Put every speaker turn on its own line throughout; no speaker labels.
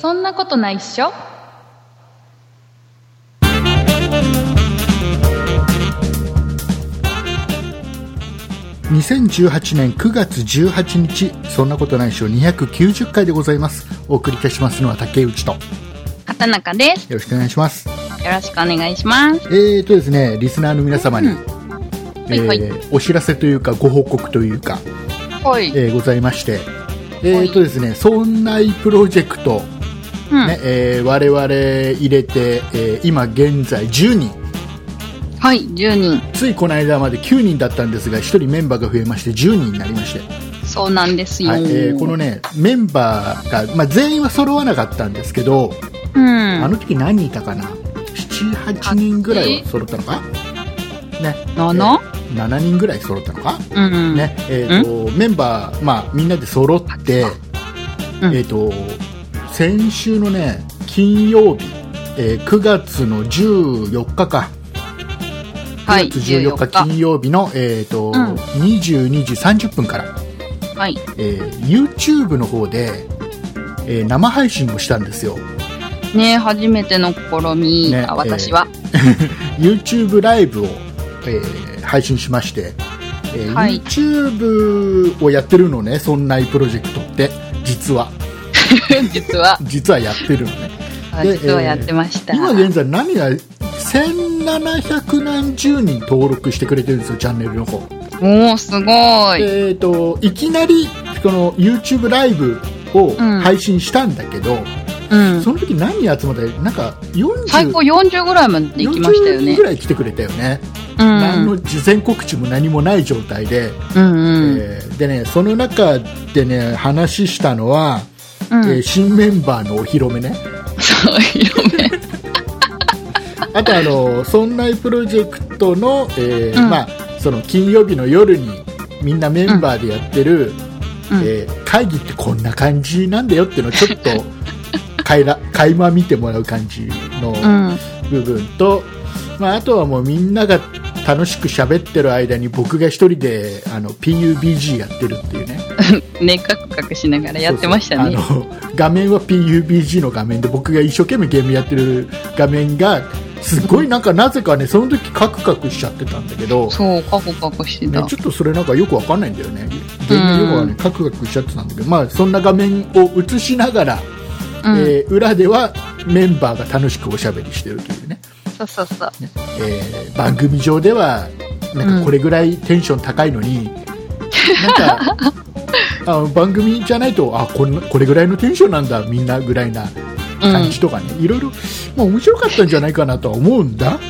そんなことないっしょ
2018年9月18日そんなことないっしょ290回でございますお送りいたしますのは竹内とよ
畑中です
ろしくお願いします
よろしくお願いします
えーとですねリスナーの皆様に、
うん
えー
はい
お知らせというかご報告というか、
はい、
えーございましてえーとですねそんないプロジェクト、
うん
ねえー我々入れて、えー今現在10人
はい10人
ついこの間まで9人だったんですが1人メンバーが増えまして10人になりまして
そうなんですよ、
はいえーこのねメンバーが、まあ、全員は揃わなかったんですけど、
うん
あの時何人いたかな78人ぐらいは揃ったのかね
7
えー7人ぐらい揃ったのか、
うん、
ねえーとメンバー、まあ、みんなで揃って、
うん
えー、と先週のね金曜日、えー9月の14日か
はい
9月14日金曜日の、えーと
うん
22時30分から
はい
えー YouTube の方で、えー生配信をしたんですよ
ね初めての試み、
ね
あ私は、
YouTube ライブを、えー配信しまして、えー
はい
YouTube をやってるのね「そんないプロジェクト」って実は
実は
実はやってるのねで
実はやってました、
今現在何が1700何十人登録してくれてるんですよチャンネルの方
おおすごい、
えー、といきなりこの YouTube ライブを
うん
配信したんだけど、
うん
その時何人集まったなんか40
最高40ぐらいまで行きましたよ
40人
ね
ぐ。らい来てくれたよね、
うん
何の事前告知も何もない状態で、
うんうん
えーでねその中でね話したのは、
うん
えー新メンバーのお披露目ね
そういう目
あとあの「そんないプロジェクトの」えー
うん
まあ、その金曜日の夜にみんなメンバーでやってる、
うん
えー会議ってこんな感じなんだよっていうのをちょっと 垣間垣間見てもらう感じの。
うん
部分と、まあ、あとはもうみんなが楽しく喋ってる間に僕が一人であの PUBG やってるっていうね
ねカクカクしながらやってましたね
そうそうあの画面は PUBG の画面で僕が一生懸命ゲームやってる画面がすごいなんかなぜかねその時カクカクしちゃってたんだけど、ね、ち
そうカコカコして
ょ
た
っとそれなんかよくわかんないんだよねゲーム用語はねカクカクしちゃってたんだけど、まあ、そんな画面を映しながら、
うん
えー裏ではメンバーが楽しくおしゃべりしてるというね
そうそうそう
えー番組上ではなん
うん
かこれぐらいテンション高いのに、なんかあの番組じゃないとあこんなこれぐらいのテンションなんだみんなぐらいな感じとかね、いろいろ、まあ、面白かったんじゃないかなとは思うんだ、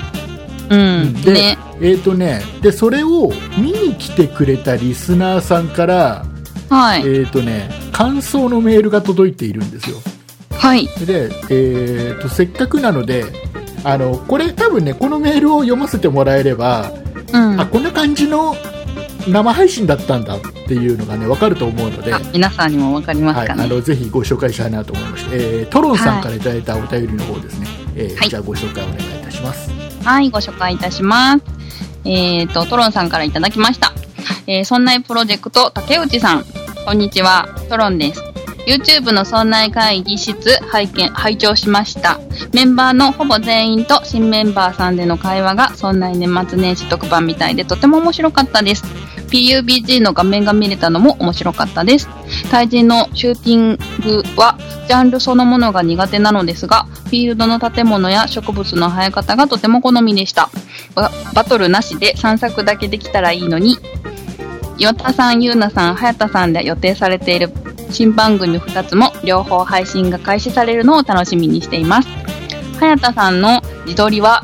うん
で、
ね
えっ、とねでそれを見に来てくれたリスナーさんから、
は
えっ
い
とね、感想のメールが届いているんですよ
はい
で、えー、とせっかくなのであのこれ多分ねこのメールを読ませてもらえれば
うん
あこんな感じの生配信だったんだっていうのがね分かると思うので、
あ皆さんにもわかります
い、
か
あ
ね
のぜひご紹介したいなと思いまして、えートロンさ
は
ん
い
からいただいたお便りの方ですね、えー
はい
じゃあご紹介お願いいたします。
はい、ご紹介いたします。えっ、と、トロンさんからいただきました。えー、そんないプロジェクト、竹内さん。こんにちは、トロンです。YouTube のそんない会議室、拝見、拝聴しました。メンバーのほぼ全員と新メンバーさんでの会話が、そんない年末年始特番みたいでとても面白かったです。PUBG の画面が見れたのも面白かったです。対人のシューティングはジャンルそのものが苦手なのですが、フィールドの建物や植物の生え方がとても好みでした。ババトルなしで散策だけできたらいいのに、岩田さん、ゆうなさん、早田さんで予定されている新番組2つも両方配信が開始されるのを楽しみにしています。早田さんの自撮りは、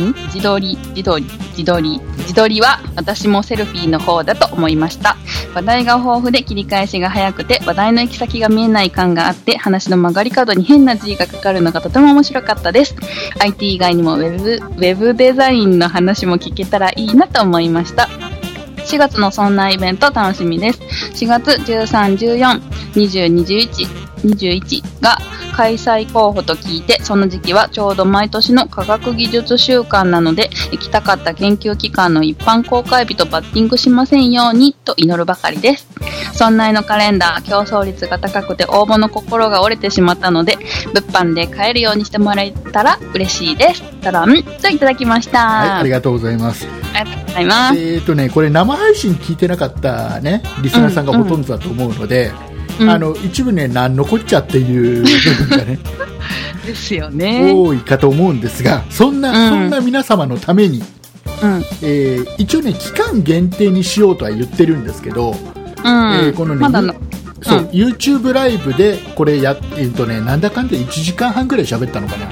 ん自撮り、自撮り、自撮り、自撮りは私もセルフィーの方だと思いました。話題が豊富で切り返しが早くて話題の行き先が見えない感があって話の曲がり角に変な G がかかるのがとても面白かったです IT 以外にもウェブウェブデザインの話も聞けたらいいなと思いました4月のそんなイベント楽しみです4月13、14、20、21、21が開催候補と聞いて、その時期はちょうど毎年の科学技術週間なので、行きたかった研究機関の一般公開日とバッティングしませんように、と祈るばかりです。村内のカレンダー、競争率が高くて応募の心が折れてしまったので、物販で買えるようにしてもらえたら嬉しいです。たらん、といただきました。
はい、あり
が
がとうございます。
とうございます。
えっ、とね、これ生配信聞いてなかったね、リスナーさんがほとんどだと思うので、
うん
あの、一部ね、なんのこっちゃっていう部分が ね、
ですよね。
多いかと思うんですが、そんな、
うん
そんな皆様のために、
うん。
えー一応ね、期間限定にしようとは言ってるんですけ
う
ど、
ん。
えーこのね、
まだの。
そう、
うん
YouTube ライブで、これやっ、えっとね、なんだかんだ1時間半ぐらい喋ったのかな。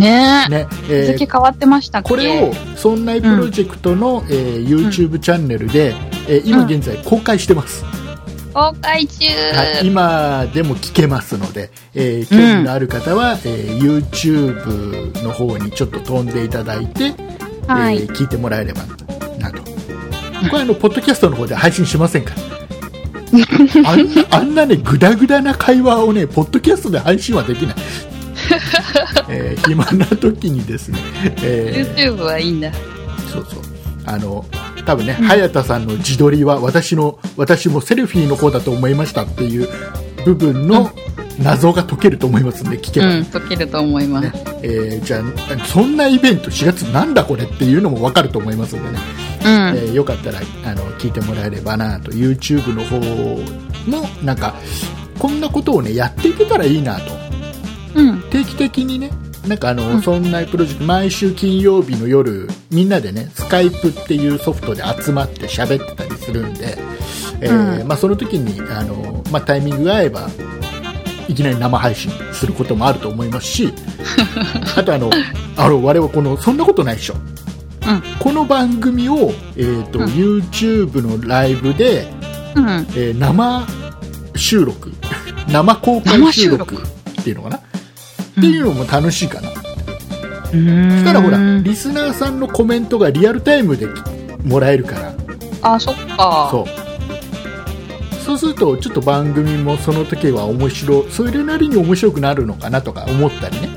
ねえ。
ね、
日
えー
付変わってましたっけ
これを、そんなプロジェクトの、えー YouTube チャンネルで、えー今
うん
現在公開してます。
公開中、
はい、今でも聞けますので、えー興味のある方は、えー YouTube の方にちょっと飛んでいただいて、
はい
えー聞いてもらえればなと。これあの、ポッドキャストの方で配信しませんからあんなあんなね、ぐだぐだな会話をね、ポッドキャストで配信はできない。えー暇な時にですね、えー
YouTube はいいんだ。
そうそう。あの、多分ね、早田さんの自撮りは私の、私もセルフィーの方だと思いましたっていう部分の謎が解けると思いますんで、聞け
う
ば。
ん、解けると思います。
えーじゃあ、そんなイベント4月なんだこれっていうのもわかると思いますんでね、
うん。
えーよかったら、あの、聞いてもらえればなと、YouTube の方も、なんか、こんなことをね、やっていけたらいいなと。
うん。
定期的にねなんかあの、
うん
そんなプロジェクト毎週金曜日の夜みんなでねスカイプっていうソフトで集まって喋ってたりするんで、えー
う
まあ、その時にあの、まあ、タイミングが合えばいきなり生配信することもあると思いま すしあとあのあの我々このそんなことないでしょ、この番組を、えーと
うん
YouTube のライブで、
うん。
えー生収録生公開収録
生収
っていうのかなっていうのも楽しいかな、そしたらほらリスナーさんのコメントがリアルタイムでもらえるから
あ、そっか。
そうそうするとちょっと番組もその時は面白いそれなりに面白くなるのかなとか思ったりね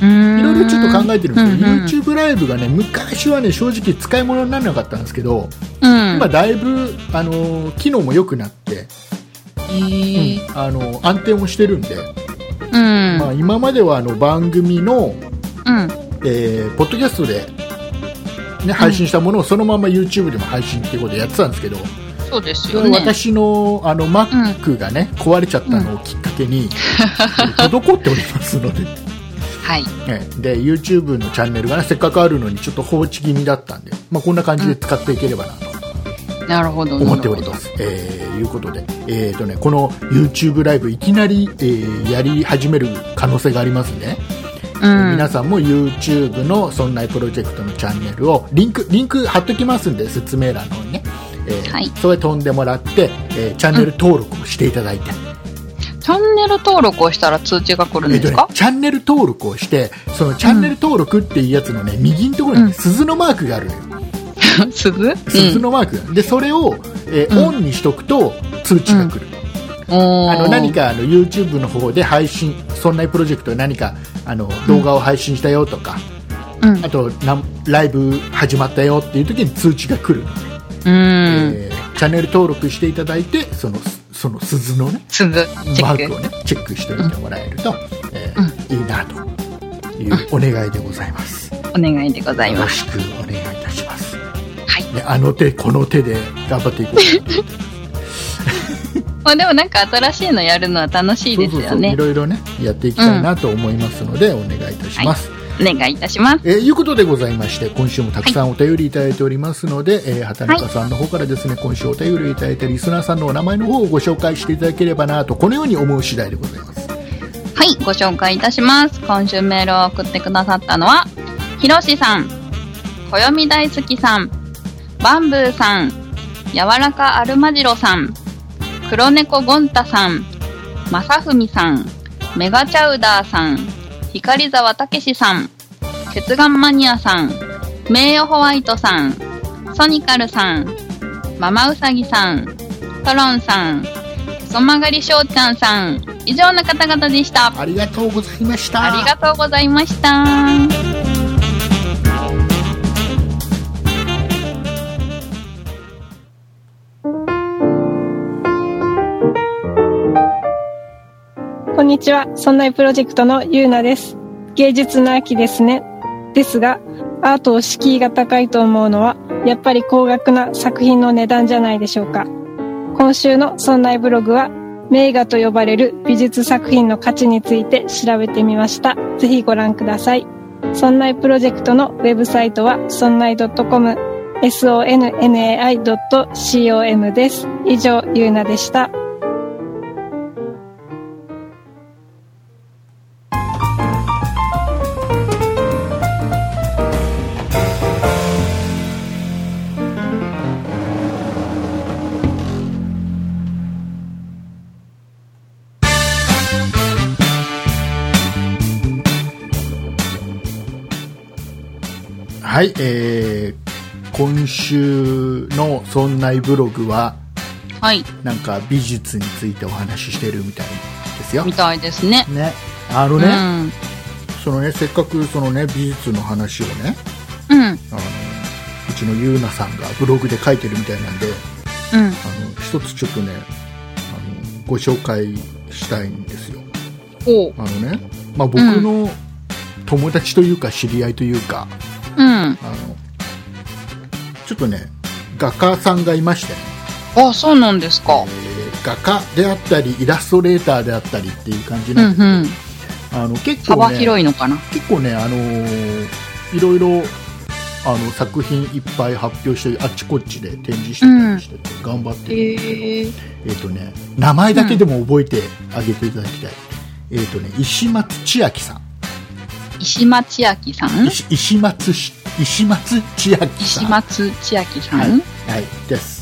うーん。
いろいろちょっと考えてるんですけど、
うんうん
YouTube ライブがね昔はね正直使い物にならなかったんですけど、
うん。
今だいぶ、あのー機能も良くなって、
へー
あのー安定もしてるんで、
うん。
まあ、今まではあの番組
う
の、
ん。
えーポッドキャストで、ね、配信したものをそのまま YouTube でも配信ってことでやってたんですけど、
そうです
そ
よ
れ
ね。
私のあの Mac がね、壊れちゃったのをきっかけに、滞っておりますので、
はい。
ねで YouTube のチャンネルが、ね、せっかくあるのにちょっと放置気味だったんで、まあ、こんな感じで使っていければなと
なるほど。
思っておりま
なる
す。えーいうことで、えーとね、この YouTube ライブいきなり、えーやり始める可能性がありますね。
ほど。うん。
皆さんも YouTube の「そんないプロジェクト」のチャンネルをリンクリンク貼っときますんで説明欄の方にね、えー
はい
それ飛んでもらって、えーチャンネル登録をしていただいて、
チャンネル登録をしたら通知が来るん
えー
で
と
す
ね
か、
チャンネル登録をしてそのチャンネル登録っていうやつのね右のところに、ね
うん
鈴のマークがあるのよ
鈴うん。
鈴のマークがある、でそれを、えー
うん
オンにしとくと通知が来る、
おー
あの何。かあの YouTube の方で配信そんないプロジェクトで何かあの動画を配信したよとか、
うん。
あとなんライブ始まったよっていう時に通知が来るので
うん。
えーチャンネル登録していただいてそのその鈴の、ね、
鈴。チェ
マ
ッ
ーク
ク
を、。ね、チェックしておいてもらえると、えーいいなというお願いでございます、
お願いでござい
よろ
ます。
しくお願いいたします、
はい
ね、あの手この手で頑張っ ていこう
まあでもなんか新しいのやるのは楽しいですよね
い。ろいろねやっていきたいなと思いますので、お願いいたします、
お願いいたします。
えーいうことでございまして今週もたくさんお便りいただいておりますので、えー畑中さんの方からですね、今週お便りいただいたリスナーさんのお名前の方をご紹介していただければなとこのように思う次第でございます
はい、ご紹介いたします。今週メールを送ってくださったのは、ひろしさん、こよみ大好きさん、バンブーさん、やわらかアルマジロさん、黒猫ゴンタさん、まさふみさん、メガチャウダーさん、光沢たけしさん、血眼マニアさん、名誉ホワイトさん、ソニカルさん、ママウサギさん、トロンさん、へそ曲がりしょうちゃんさん、以上の方々でした。
ありがとうございました。
ありがとうございました。
こんにちは。そんないプロジェクトのゆうなです。芸術の秋ですね。ですが、アートを敷居が高いと思うのは、やっぱり高額な作品の値段じゃないでしょうか。今週のそんないブログは、名画と呼ばれる美術作品の価値について調べてみました。ぜひご覧ください。そんないプロジェクトのウェブサイトは、そんない .com、sonnai.com です。以上、ゆうなでした。
はい、えー、今週の「そんないブログ」は
はい、
なんか美術についてお話ししてるみたいですよ
み。たいですね。
ね、あの
う
ね、
ん。
そのねせっかくそのね美術の話をね
うん。
あのうちのゆうなさんがブログで書いてるみたいなんで
うん。
あの一つちょっとねあのご紹介したいんですよ。
おう。
あのね、まあ、僕の友達というか知り合いというか、
うん。
あのちょっとね画家さんがいましてね
あ、そうなんですか。
えー画家であったりイラストレーターであったりっていう感じ
うん
なんです
う
けど、
ん。
あの結構
幅
ね
広いのかな。
結構ね、あのーいろいろあの作品いっぱい発表してあっちこっちで展示してたりしてて、頑張ってるんだけど、えっ、
え。
とね名前だけでも覚えてあげていただきたい、えっ、とね石松千秋さん
石松千秋さん
石石松し石松千秋さん
石松千秋さん、
はい、はい、です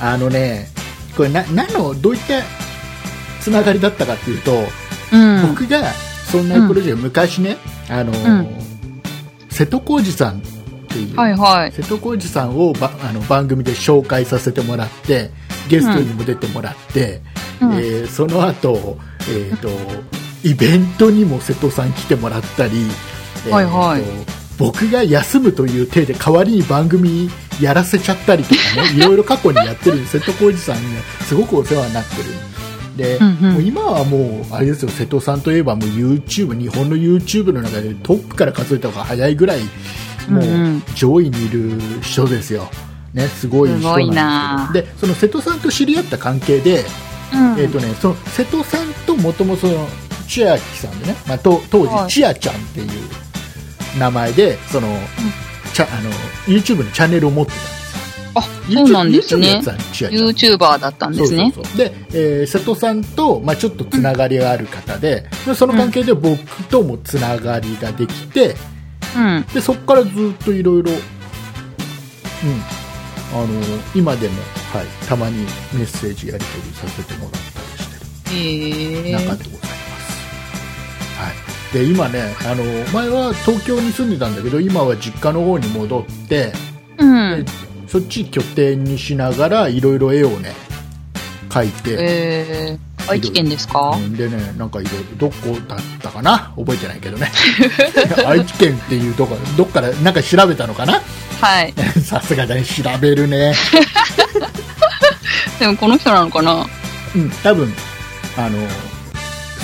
あのねこれな何のどういったつながりだったかっていうと、
うん。
僕がそんなプロジェクト、昔ねあのー、瀬戸康史さんっていう、
はいはい。
瀬戸康史さんをばあの番組で紹介させてもらってゲストにも出てもらって、
うん
えーその後、えーとイベントにも瀬戸さん来てもらったり、えーと
はいはい
僕が休むという体で代わりに番組やらせちゃったりと かねいろいろ過去にやってる瀬戸康史さんに、ね、すごくお世話になってる。で
うんうん
もう今はもうあれですよ瀬戸さんといえばもう YouTube 日本の YouTube の中でトップから数えた方が早いぐらい
うんう
もうん上位にいる人ですよ、ね、すごい人
すごい
なん
な
ですけどでその瀬戸さんと知り合った関係で、
うん
えーとね、その瀬戸さんともともと千秋さんでね、まあ、と当
は
時
い
千秋ちゃんっていう名前でその、ちゃあの YouTube のチャンネルを持って
あ、
た
そ
ん
う
です
なんですね
YouTube のやつは千秋ちゃん
YouTuber だったんですね。
そうそうそうで、えー瀬戸さんと、まあ、ちょっとつながりがある方で、でその関係で僕ともつながりができて、
うん。
でそこからずっといろいろ、うん、あの今でも、はい、たまにメッセージやり取りさせてもらったりして
へ
る中
え。
でございます、はい、で今ねあの前は東京に住んでたんだけど今は実家の方に戻って、
うん。
そっち拠点にしながらいろいろ絵をね描いて、
えー、愛知県ですか
うんでねなんかいろいろどこだったかな覚えてないけどね 愛知県っていうとこどっからなんか調べたのかな
はい。
さすがだね調べるね
でもこの人なのかな
うん多分あの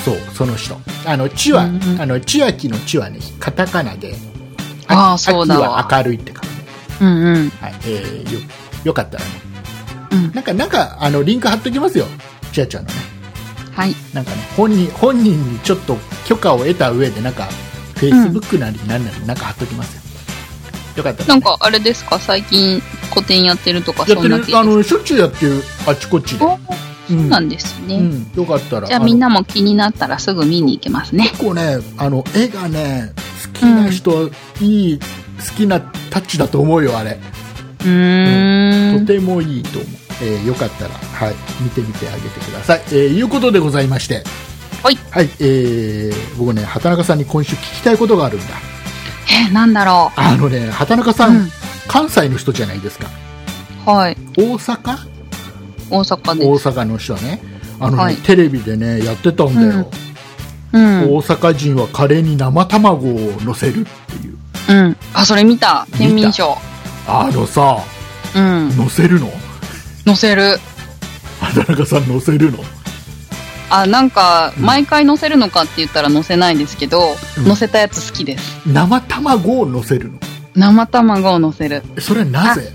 そうその人あの千は、
うんうん
あの千秋の千はねカタカナで
あーそうだ
秋
わ
は明るいって感
う
じ、
んうん。
はいえー、よよかったらね
うん。
なんかなんかあのリンク貼っときますよ千秋ちゃんのね
はい。
なんかね、本人本人にちょっと許可を得た上でなんか、フェイスブックなりなんなり、なんか貼っときますよ。よかったら
な
ね、
んかあれですか最近個展やってるとか
や
そんな
っ
系です
てる、あの、しょっちゅうやってる、あっちこっちで。
お
う、
そうんなんですね。
うんよかったら。
じゃあ
の
みんなも気になったらすぐ見に行けますね。
結構ね、あの、絵がね、好きな人、いい、好きなタッチだと思うよ、あれ。
うー
と
ん。
てもいいと思う。えーよかったら、はい、見てみてあげてください。えーいうことでございまして。
はい。
はい、えー僕ね、畑中さんに今週聞きたいことがあるんだ。
えー、なんだろ
あのね、畑中さん、
うん
関西の人じゃないですか。
う。はい。
大阪
大阪
大
です。
阪の人ね。あのね、
はい
テレビでねやってたんだよ、
うん。
大阪人はカレーに生卵を乗せるっていう
うん。あ、それ見た。
見た
県民賞。
あのさ
うん。
乗せるの
載せる。
畑中さん乗せるの
あ、なんか、
うん
毎回載せるのかって言ったら載せないですけど、
うん
載せたやつ好きです。
生卵を乗せるの
生卵を載せる。
それはなぜ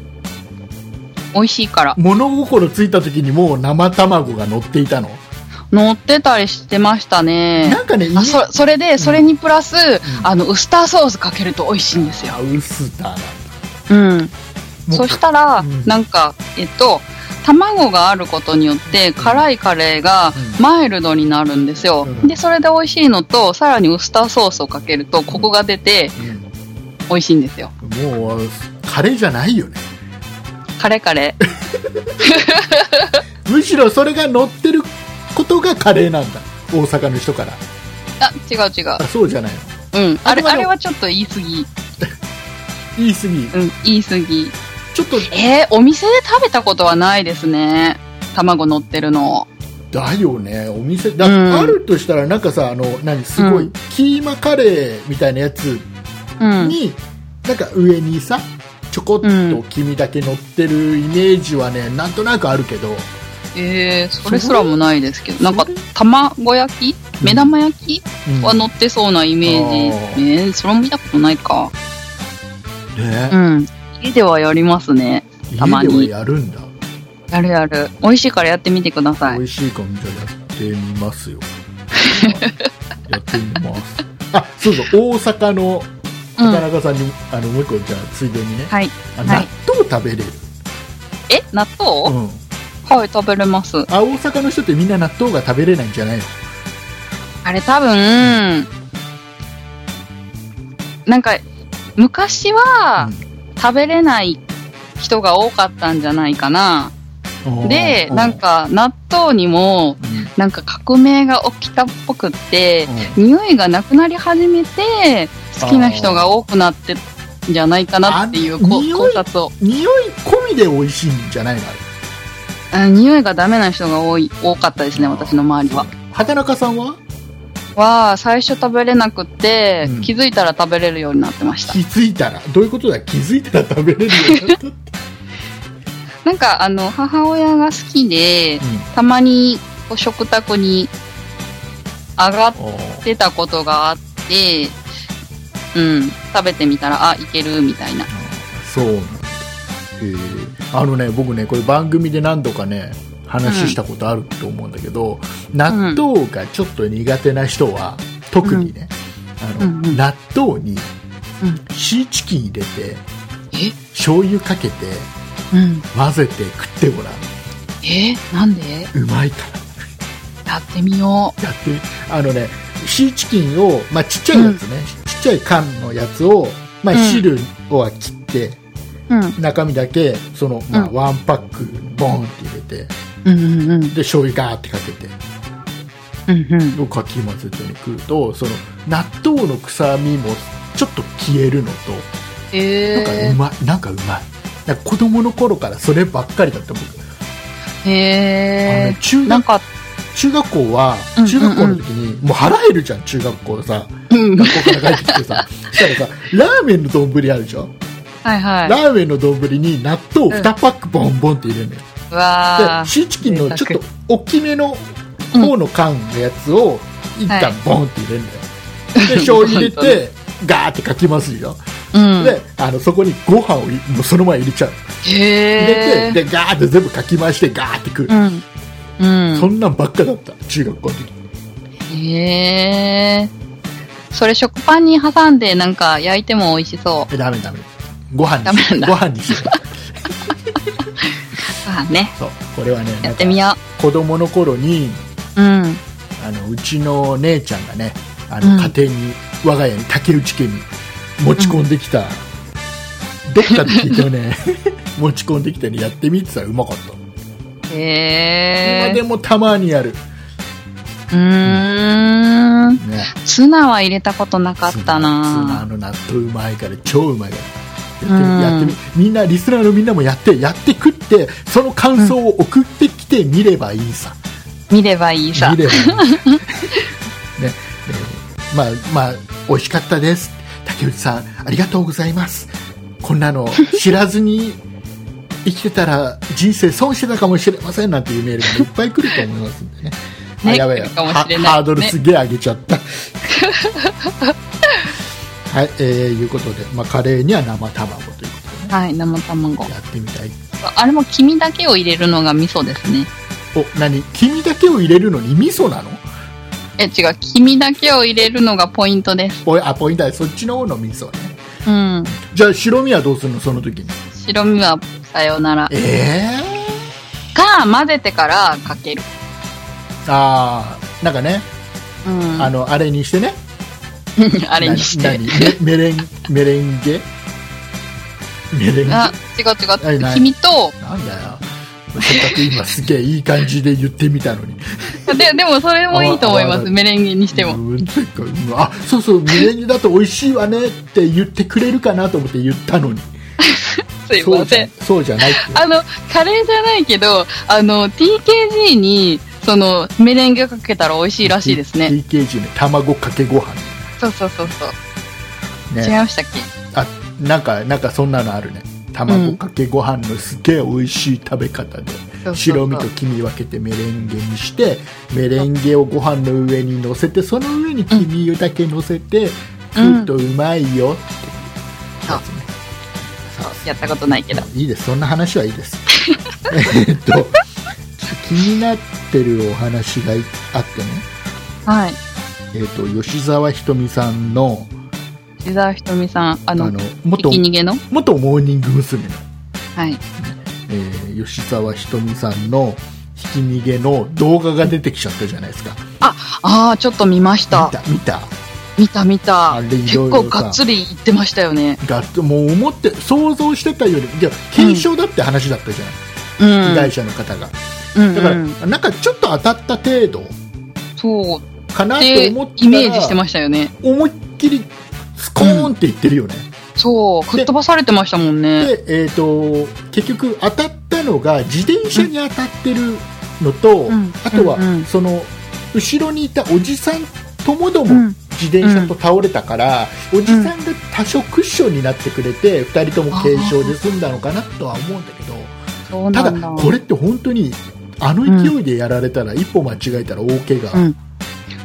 美味しいから。
物心ついた時にもう生卵が乗っていたの
乗ってたりしてましたね。
なんかね
あ
家
そそれで、それにプラス、
ん
あの、ウスターソースかけると美味しいんですよ。
あウスター
う
なんだ
ん。
もう
そしたら、
うん
なんか、えっと、卵があることによって、辛いカレーが
うん
マイルドになるんですよ。
うん
で、それで美味しいのと、さらにウスターソースをかけると、コクが出て美味しいんですよ。
うんもうカレーじゃないよね
カレーカレ ー。
むしろそれが乗ってることがカレーなんだ大阪の人から
あ、違う違
あそうじゃないの
う。うん。あれ、
あでも
あれはちょっと言い過ぎ。
言い過ぎ
うん、言い過ぎ。
ちょっと
えー、お店で食べたことはないですね。卵乗ってるの。
だよねお店だ、
うん
あるとしたらなんかさあの何すごい、
うん
キーマカレーみたいなやつ
うん。
に、なんか上にさちょこっ
うん
と黄身だけ乗ってるイメージはねなんとなくあるけど
えー、それすらもないですけど、
そ
な
れ
んか、卵焼き
うん
目玉焼き
うん
は乗ってそうなイメージね。それも見たことないか。
ね
うん。家ではやりますね。たま
家
に
ではやるんだ
やるやる。美味しいからやってみてくださ
美
い。
味しいかもじゃあやってみま すよやってみますあそうそう大阪の
うん。
田中さんに、あのもう一個じゃあついでにね、
はい。
あ
はい
納豆食べれる、
え納
う
豆、
ん、
はい、食べれます。
あ大阪の人ってみんな納豆が食べれないんじゃないの
あれ多分、なんか、昔は食べれない人が多かったんじゃないかな。
うん
で、
うん
なんか納豆にも、
うん
なんか革命が起きたっぽくって、匂いがなくなり始めて好きな人が多くなってんじゃないかなっていう
あ
こ
匂
考
い
察を
匂い込みで美味しいんじゃないの
あ匂いがダメな人が多い多かったですね私の周りは
畑中さんは
は最初食べれなくって、
うん
気づいたら食べれるようになってました
気づいたらどういうことだ気づいたら食べれるようになったって、
なんかあの母親が好きでたまにこう食卓に上がっ
うんあ
てたことがあってうん食べてみたらあいけるみたいな
ーそうなんだへーあのね僕ねこれ番組で何度かね話したことあると思うんだけど、納豆がちょっと苦手な人は特にね、あ
う
の
んうん
納豆に
うん
シーチキン入れて
え
醤油かけて
うん
混ぜて食ってごらん
えなんで
うまいから
やってみよ
やってみあのねシーチキンを、まあ、ちっちゃいやつね、ちっちゃい缶のやつを、まあ、
うん
汁を切って、
う。うん。
中身だけその、まあ
うん
ワンパックボンって入れて
うんうんうん。
で醤油ガーってかけて
うんうん。
かき混ぜて、ね、食うとその納豆の臭みもちょっと消えるのとなんかう
へ
まいなんかうまいなんか子供の頃からそればっかりだった僕、
え。
あ
へ
のね中
え。なん
学
か、
中学校は
うん
中学校の時に、もう腹減るじゃん中学校さ
うん。
学校から帰ってき てさしたらさラーメンの丼あるでしょ、
はいは
ラーメンの丼に納豆を2パックボンボンって入れるのよ、
い。うわあ
で。シーチキンのちょ
贅
っと大きめの方の缶のやつを一旦ボンって入れるんだよ、で醤油入
本
れ
当
てガーってかきますよ、
うん。
であのそこにご飯をいもうその前に入れちゃう入
へ
れ
え。
てでガーって全部かき回してガーってくる、
うん。う
そんなんばっかだった中学校の時
ん。へえ。それ食パンに挟んでなんか焼いても美味しそう。
えダメダメご飯
ダ
に
メ
し
なんだ
てご飯にして
あね。
そうこれはね
やってみよ
なんか子供の頃に
う。うん。
あのうちの姉ちゃんがねあの
うん
家庭に、我が家に竹内家に持ち込んできた、どっかで聞いてもね 持ち込んできてねやってみてたらうまかった、
へ
今
え
で。もたまにやる、
うーん。
ね、
ツナは入れたことなかった
ツナ
な
の納豆うまいから超うまいから
うん
やってみやってみみんなリスナーのみんなもやってやって食ってその感想を送ってきてみればいいさ、
見ればいいさ
見。ればい いね、えーまあまあ美味しかったです竹内さんありがとうございますこんなの知らずに生きてたら人生損してたかもしれませんなんていうメールがいっぱい来ると思いますん でねあやべ
来
えは
るかもしれないね
ハードルすげえ上げちゃった はいえー、いうことで、まあ、カレーには生卵ということでね
はい、生卵。
やってみたい
あれも黄身だけを入れるのが味噌ですね。
お何黄身だけを入れるのに味噌なの
え、違う、黄身だけを入れるのがポイントです。
おいあポイントはそっちの方の味噌ね
うん。
じゃあ白身はどうするのその時に
白身はさよなら。
ええ
か、混ぜてからかける。
ああなんかね、
うん。
あ
あ
のあれにしてね
れにして
な。何メメレンメレンゲメレンゲ
あ、違う
は
違
いうな。い
黄身と、
なんだよせっかく今すげえいい感じで言ってみたのに
ででもそれもいいと思いま
ああ
す。
あ
メレンゲにしても。
うんなんかうんあそうそうメレンゲだと美味しいわねって言ってくれるかなと思って言ったのに
すい
そ
ま
うじ
せ
ゃ
ん。
そうじゃないって
あの、カレーじゃないけど、あの、TKG に、その、メレンゲかけたら美味しいらしいですね。
TKG ね卵かけご飯
そうそうそうそう。
ね
違いましたっけ
あなんかなんかそんなのあるね卵かけご飯のすげえ美味しい食べ方で、
そうそうそう
白身と黄身分けてメレンゲにしてメレンゲをご飯の上に乗せてその上に黄身だけ乗せて、
うん
食うとうまいよっていうやつね、さ
やったことないけど。
あいいですそんな話はいいです えっと気になってるお話があってね、
はい。
えっと吉沢ひとみさんの
伊沢ひとみさん、あ
あ
の、
の元
生き逃げの
元モーニング娘。の
はい。
えー吉沢ひとみさんのひき逃げの動画が出てきちゃったじゃないですか
ああ、ちょっと見まし
見
た。
た見た
見た見
あ
た。
れい
結
ろいろ
構
さ
がっつり言ってましたよね。
がもう思って想像してたよりいや軽症だって話だったじゃ
うん。
ない、被害者の方が
うん、
だから、
うん。
なんかちょっと当たった程度
そう。
か
っ、
なってて
イ
思ったら
メージしてましたよね。
思いっきりスコーンって言ってるよね、
そう。吹っ飛ばされてましたもんね。
で、えー、と結局当たったのが自転車に当たってるのと、
うん
あとは、
うんうん
その後ろにいたおじさんともど
う
も
ん。
自転車と倒れたから、おじさんが多少クッションになってくれて、二人とも軽傷で済んだのかなとは思うんだけど
そうな
た
んだ。
だ、これって本当にあの勢いでやられたら、一歩間違えたら大怪我、
うん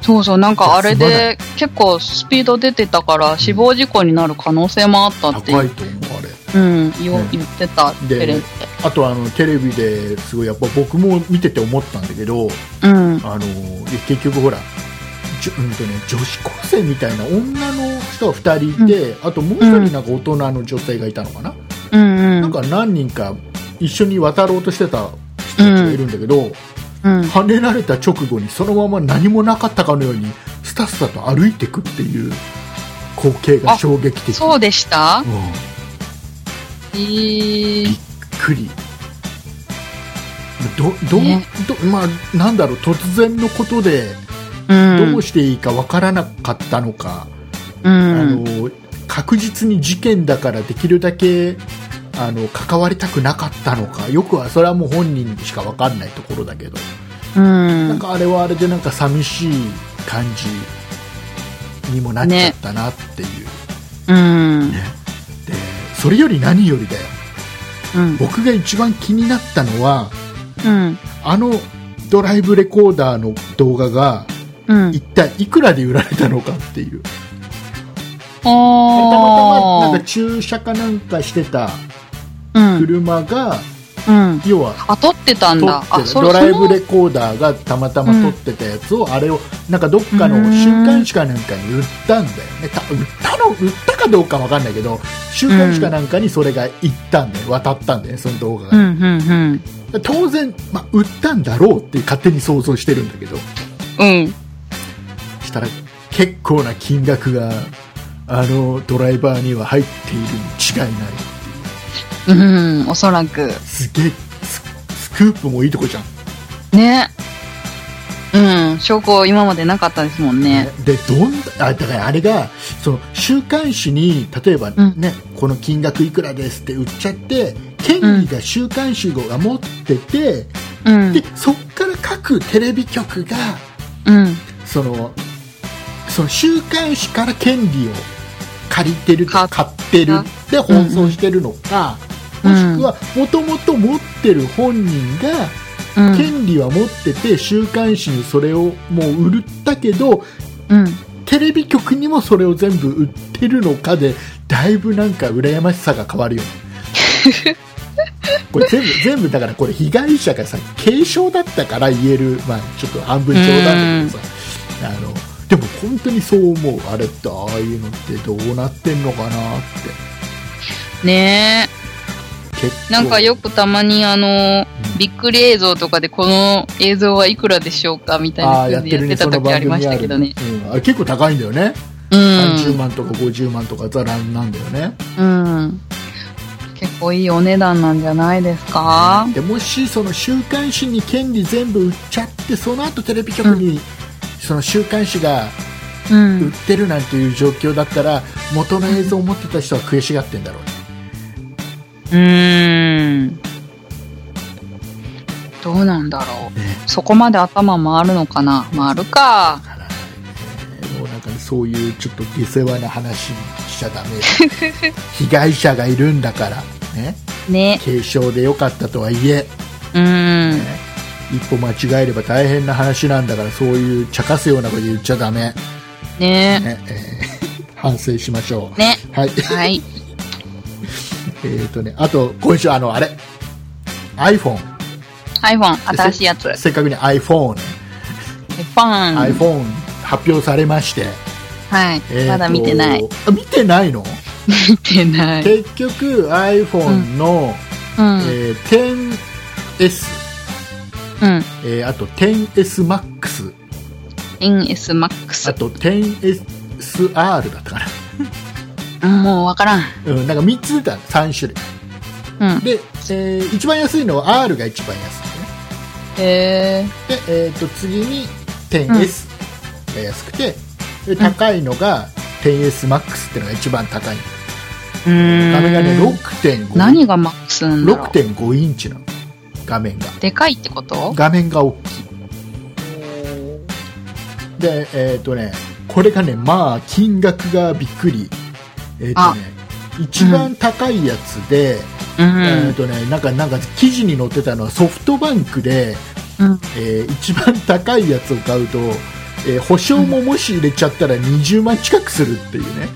そうそう、なんかあれで結構スピード出てたから死亡事故になる可能性もあったって、
高いと思うあれ
うん、言お
ね
言ってた、
で
テレビで。
あとあのテレビですごいやっぱ僕も見てて思ったんだけど
うん。
あのいや結局ほらじょうんとね、女子高生みたいな女の人が2人いて、あともう1人なんか大人の女性がいたのかな、
うんう
なん
ん。
か何人か一緒に渡ろうとしてた人たちがいるんだけど、
うん、
跳ねられた直後にそのまま何もなかったかのようにスタスタと歩いてくっていう光景が衝撃的
そうでした
うん
えー
びっくりどどう、
ね
どまあなんだろう突然のことで
うん
どうしていいかわからなかったのか、
う
あ
ん。
の確実に事件だからできるだけあの関わりたくなかったのかよくはそれはもう本人にしか分かんないところだけど、
うん
なんかあれはあれでなんか寂しい感じにもなっちゃったなっていう、
うん。
でそれより何よりだよ
うん。
僕が一番気になったのは
うん。
あのドライブレコーダーの動画が
うん。
一体いくらで売られたのかっていうたまたま
あ
なんか駐車かなんかしてた
ーうん。
車が、
うん。
要は
あ、撮ってたん
撮
だ。
っ
あ、
て
そ
ドライブ
その
レコーダーがたまたま撮ってたやつを、あれをなんかどっかの週刊誌かなんかに売ったんだよねた売ったの売ったかどうかわかんないけど週刊誌かなんかにそれが行ったんだよ渡ったんだよねその動画
う
が、
ん、うん、
当然、まあ、売ったんだろうって勝手に想像してるんだけど
うん。うん。
したら結構な金額があのドライバーには入っているに違いない
うん、おそらく。
すげえススクープもいいとこじゃん
ね。うん、証拠今までなかったですもんね。
でどんなあだからあれがその週刊誌に例えば、
うん
ねこの金額いくらですって売っちゃって権利が週刊誌が持ってて、
うん。
でそっから各テレビ局が
うん。
そのその週刊誌から権利を借りてる
か
買ってるで放送してるのか、
うん
もしくはもともと持ってる本人が
うん。
権利は持ってて週刊誌にそれをもう売ったけど
うん。
テレビ局にもそれを全部売ってるのかでだいぶなんか羨ましさが変わ るよねこれ全部全部だからこれ被害者がさ軽症だったから言える、まあ、ちょっと半分冗談だけどさあのでも本当にそう思うあれってああいうのってどうなってんのかなって
ね
結
え。なんかよくたまにあの、
うん
びっくり映像とかでこの映像はいくらでしょうかみたい
あ
な
あやっ
感じ
て
でやっ
るね
て
そ
た
の
時あ
番
りま
組
し
あ
た
る
けどね。
うん、あ結構高いんだよね
う
30
ん。
万とか50万とかざらんなんだよね
うん。結構いいお値段なんじゃないですか
でもしその週刊誌に権利全部売っちゃってその後テレビ局にその週刊誌が
う
売っ
ん。
てるなんていう状況だったら元の映像を持ってた人は悔しがってんだろうね
うん。どうなんだろう。そこまで頭回るのかな回るか。
えーもうなんかねそういうちょっと下世話な話しちゃダメよ 被害者がいるんだからね
ね。
軽症でよかったとはいえ
うん。
一歩間違えれば大変な話なんだからそういう茶化すようなこと言っちゃダメ、
ね。
ねえー反省しましょう、
ね。
はい
はい。
えーとね、あと、今週、あの、あれ、iPhone。
iPhone、新しいやつ。
せっかくに iPhone ね、
iPhone。
iPhone 発表されまして。
はい
えー。と
まだ見てない。。
あ見てないの、
見てない。
結局、iPhone の、
うん。
えー 10S、
うん。
えーあと 10SMAX、
10S
あ
Max。
と 10SR だったかな。
うんもうわからん。
うん、なんか3つ出たの、3種類。
うん。
で、えー一番安いのは R が一番安いね。
へえ。
で、えー、と次に 10S が安くて、で高いのが 10SMAX っていうのが一番高い
うん
画面がね。6.5
何が Max なんだろう。
6.5インチなの画面が
でかいってこと
画面が大きいでえっ、とねこれがねまあ金額がびっくりえっ、と
あ
ね一番高いやつで、
う
えっ
ん。
とね、なんかなんか記事に載ってたのはソフトバンクで、
うん。
えー一番高いやつを買うと、えー保証ももし入れちゃったら20万近くするっていうね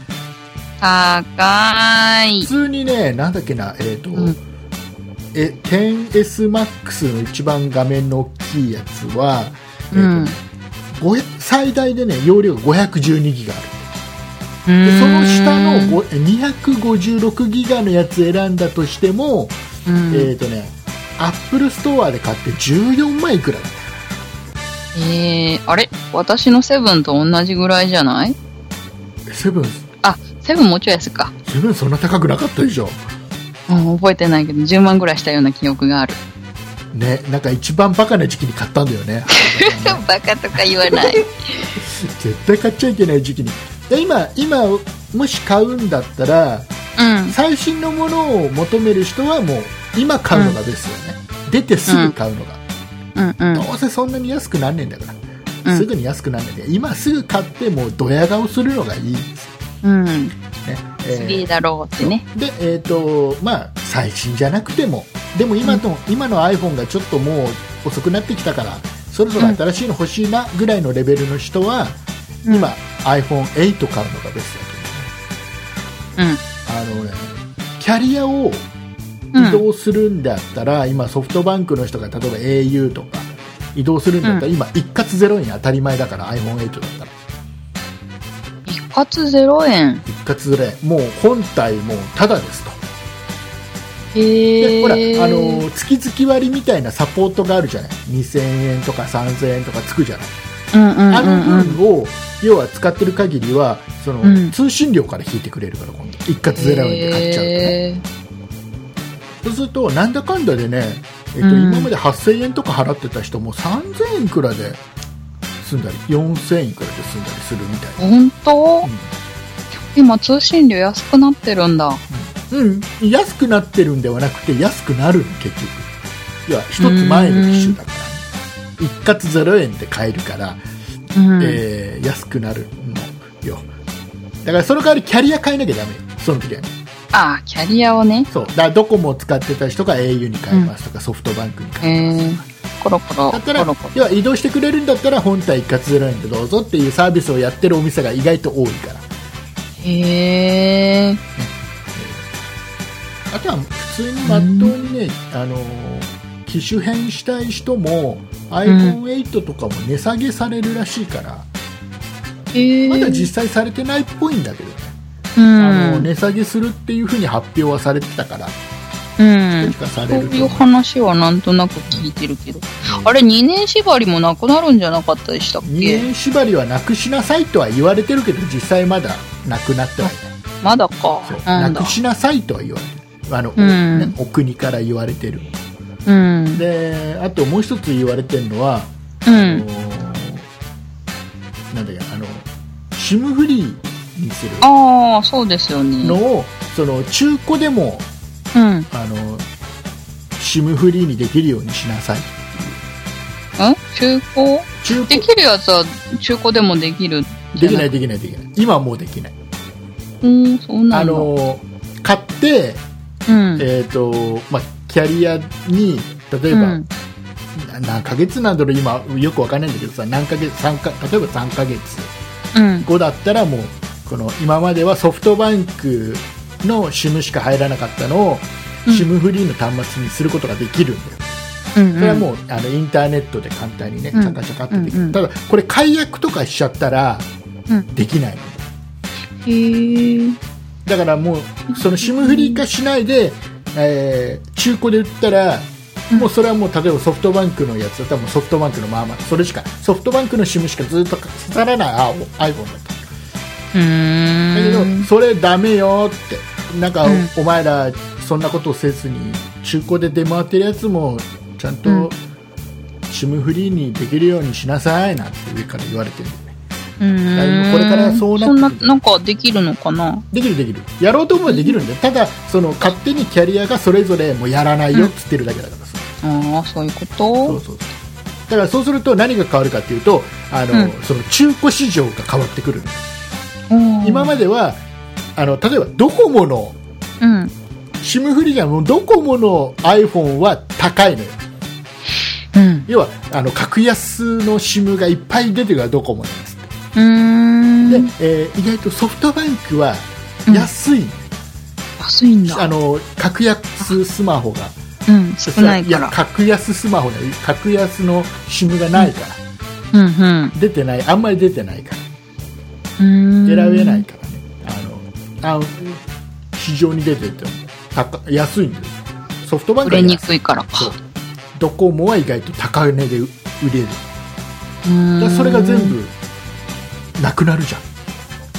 高ー
普
い。
通にねなんだっけなえっ、と、
うん
え 10SMAX の一番画面の大きいやつは、え
う
ー
ん。
とご最大でね容量が512ギガあるで
で
その下のご256ギガのやつ選んだとしても、
うん。
えっ、とねアップルストアで買って14万いくらだった
えー、あれ私のセブンと同じぐらいじゃない
セブン
あ、セブンもうちょい安いか。
セブンそんな高くなかったでしょ
うん、覚えてないけど、10万ぐらいしたような記憶がある。
ね、なんか一番バカな時期に買ったんだよ ね
バカとか言わない。
絶対買っちゃいけない時期にで今今もし買うんだったら
うん。
最新のものを求める人はもう今買うのがベストだよね、出てすぐ買うのが、
うんうん
どうせそんなに安くなんねえんだか
う
ら、
ん
すぐに安くなんねえんで今すぐ買ってもうドヤ顔するのがいいです
うん。
ね、
すげえ
ー
だろうってね。
でえっ、とまあ最新じゃなくてもでも今の、今の iPhone がちょっともう遅くなってきたからそろそろ新しいの欲しいなぐらいのレベルの人は、今 iPhone8 買うのがベスト
うん。
だと思うあのねキャリアを
うん
移動するんだったら、今ソフトバンクの人が例えば au とか移動するんだったら、今一括0円当たり前だから iPhone8 だったら
一括ゼロ円。
一括0円もう本体もうタダですと
へ
で
え。
ほらあの月々割みたいなサポートがあるじゃない2000円とか3000円とかつくじゃない、
うんうんうん
あ
う
の
ん。
分を要は使ってる限りはその、
うん
通信料から引いてくれるから今度一括0円で買っちゃうとね、
へー
そうすると、なんだかんだでね、えっと
うん
今まで8000円とか払ってた人も3000円くらいで済んだり、4000円くらいで済んだりするみたい
ほんと
うん
今通信料安くなってるんだ。
な、うん、安くなってるんではなくて、安くなるの、結局、いや、一つ前の機種だから、一括0円で買えるから、
うん
えー安くなるのよだからその代わりキャリア変えなきゃダメよその時は
ああ、キャリアをね。
そうだからドコモを使ってた人が au に変えますとか、ソフトバンクに
え
変えます、
ー、コロコロ、
だ
コ
った
ロ
ら
コロ。
要は移動してくれるんだったら本体一括0円でどうぞっていうサービスをやってるお店が意外と多いから
へえー。
あとは普通にまっとうにね、あの機種変したい人も iPhone8 とかも値下げされるらしいから、
へえー。
まだ実際されてないっぽいんだけどね、
うん、
あの値下げするっていうふうに発表はされてたから、
うん
評。価さ
そう
れると
いう
思う
話はなんとなく聞いてるけど。あれ、2年縛りもなくなるんじゃなかったでしたっ
2
け
年縛りはなくしなさいとは言われてるけど実際まだなくなってはいない
まだか
そう。
な
なん
だ
く。しなさいとは言われてるあの、
うん
ねお国から言われてる
うん。
であともう一つ言われてるのは、
う
あの
ん。
なんだっけあの SIM フリーにする
ああ、そうですよね。
のをその中古でも
うん。ん
あの SIM フリーにできるようにしなさい
中古
中
で
古
きるやつは中古でもできる。。
できないいできないできない今はもうできない
うん、そうな
あ
んだ。うん。
の買ってえーとまあ、キャリアに例えば、
うん
な何ヶ月なんだろう今よくわかんないんだけどさ何ヶ月三か例えば3ヶ月
うん。
後だったらもうこの今まではソフトバンクの SIM しか入らなかったのを
うん
SIM フリーの端末にすることができるんだよ、
うん。
それはもうあのインターネットで簡単にねチ
うん
ャカチャカってできる、
うんうん
ただこれ解約とかしちゃったら
うん
できないの
へー
だからもうその SIM フリー化しないで、えー中古で売ったら
うん
もうそれはもう例えばソフトバンクのやつだったらもうソフトバンクのまあまあそれしかソフトバンクの SIM しかずっと刺さらないあお iPhone だっ
う
ただけど、
ーん。
それダメよってなんか、
うん
お前らそんなことをせずに中古で出回ってるやつもちゃんと
うん
SIM フリーにできるようにしなさいなんて上から言われてるんだよね
うーん
これからそうなってくる
そんな、なんかできるのかな
できるできるやろうと思えばできるんだよただその勝手にキャリアがそれぞれもうやらないよっつってるだけだからさ、
ああ、そういうこ
そう
と
そうそうだからそうすると何が変わるかっていうとあの、
うん
その中古市場が変わってくるの
うん
今まではあの例えばドコモの
うん。
SIM フリーじゃもうドコモの iPhone は高いのよ
うん。
要はあの格安の SIM がいっぱい出てるからドコモなんですって
うーん。
で、えー意外とソフトバンクは
うん
安い、
安いんだ
あ。の格安スマホが
うん。少ないか
や
ら。
格安スマホだよ格安の SIM がないから、
うんうん。
出てないあんまり出てないから
選
選べない。からねあのあ市場に出てても高安いんですソフトバン
売
クは
れに
安い
くいから
そう
か。
ドコモは意外と高値で売れる
うーん
だからそれが全部なくなるじ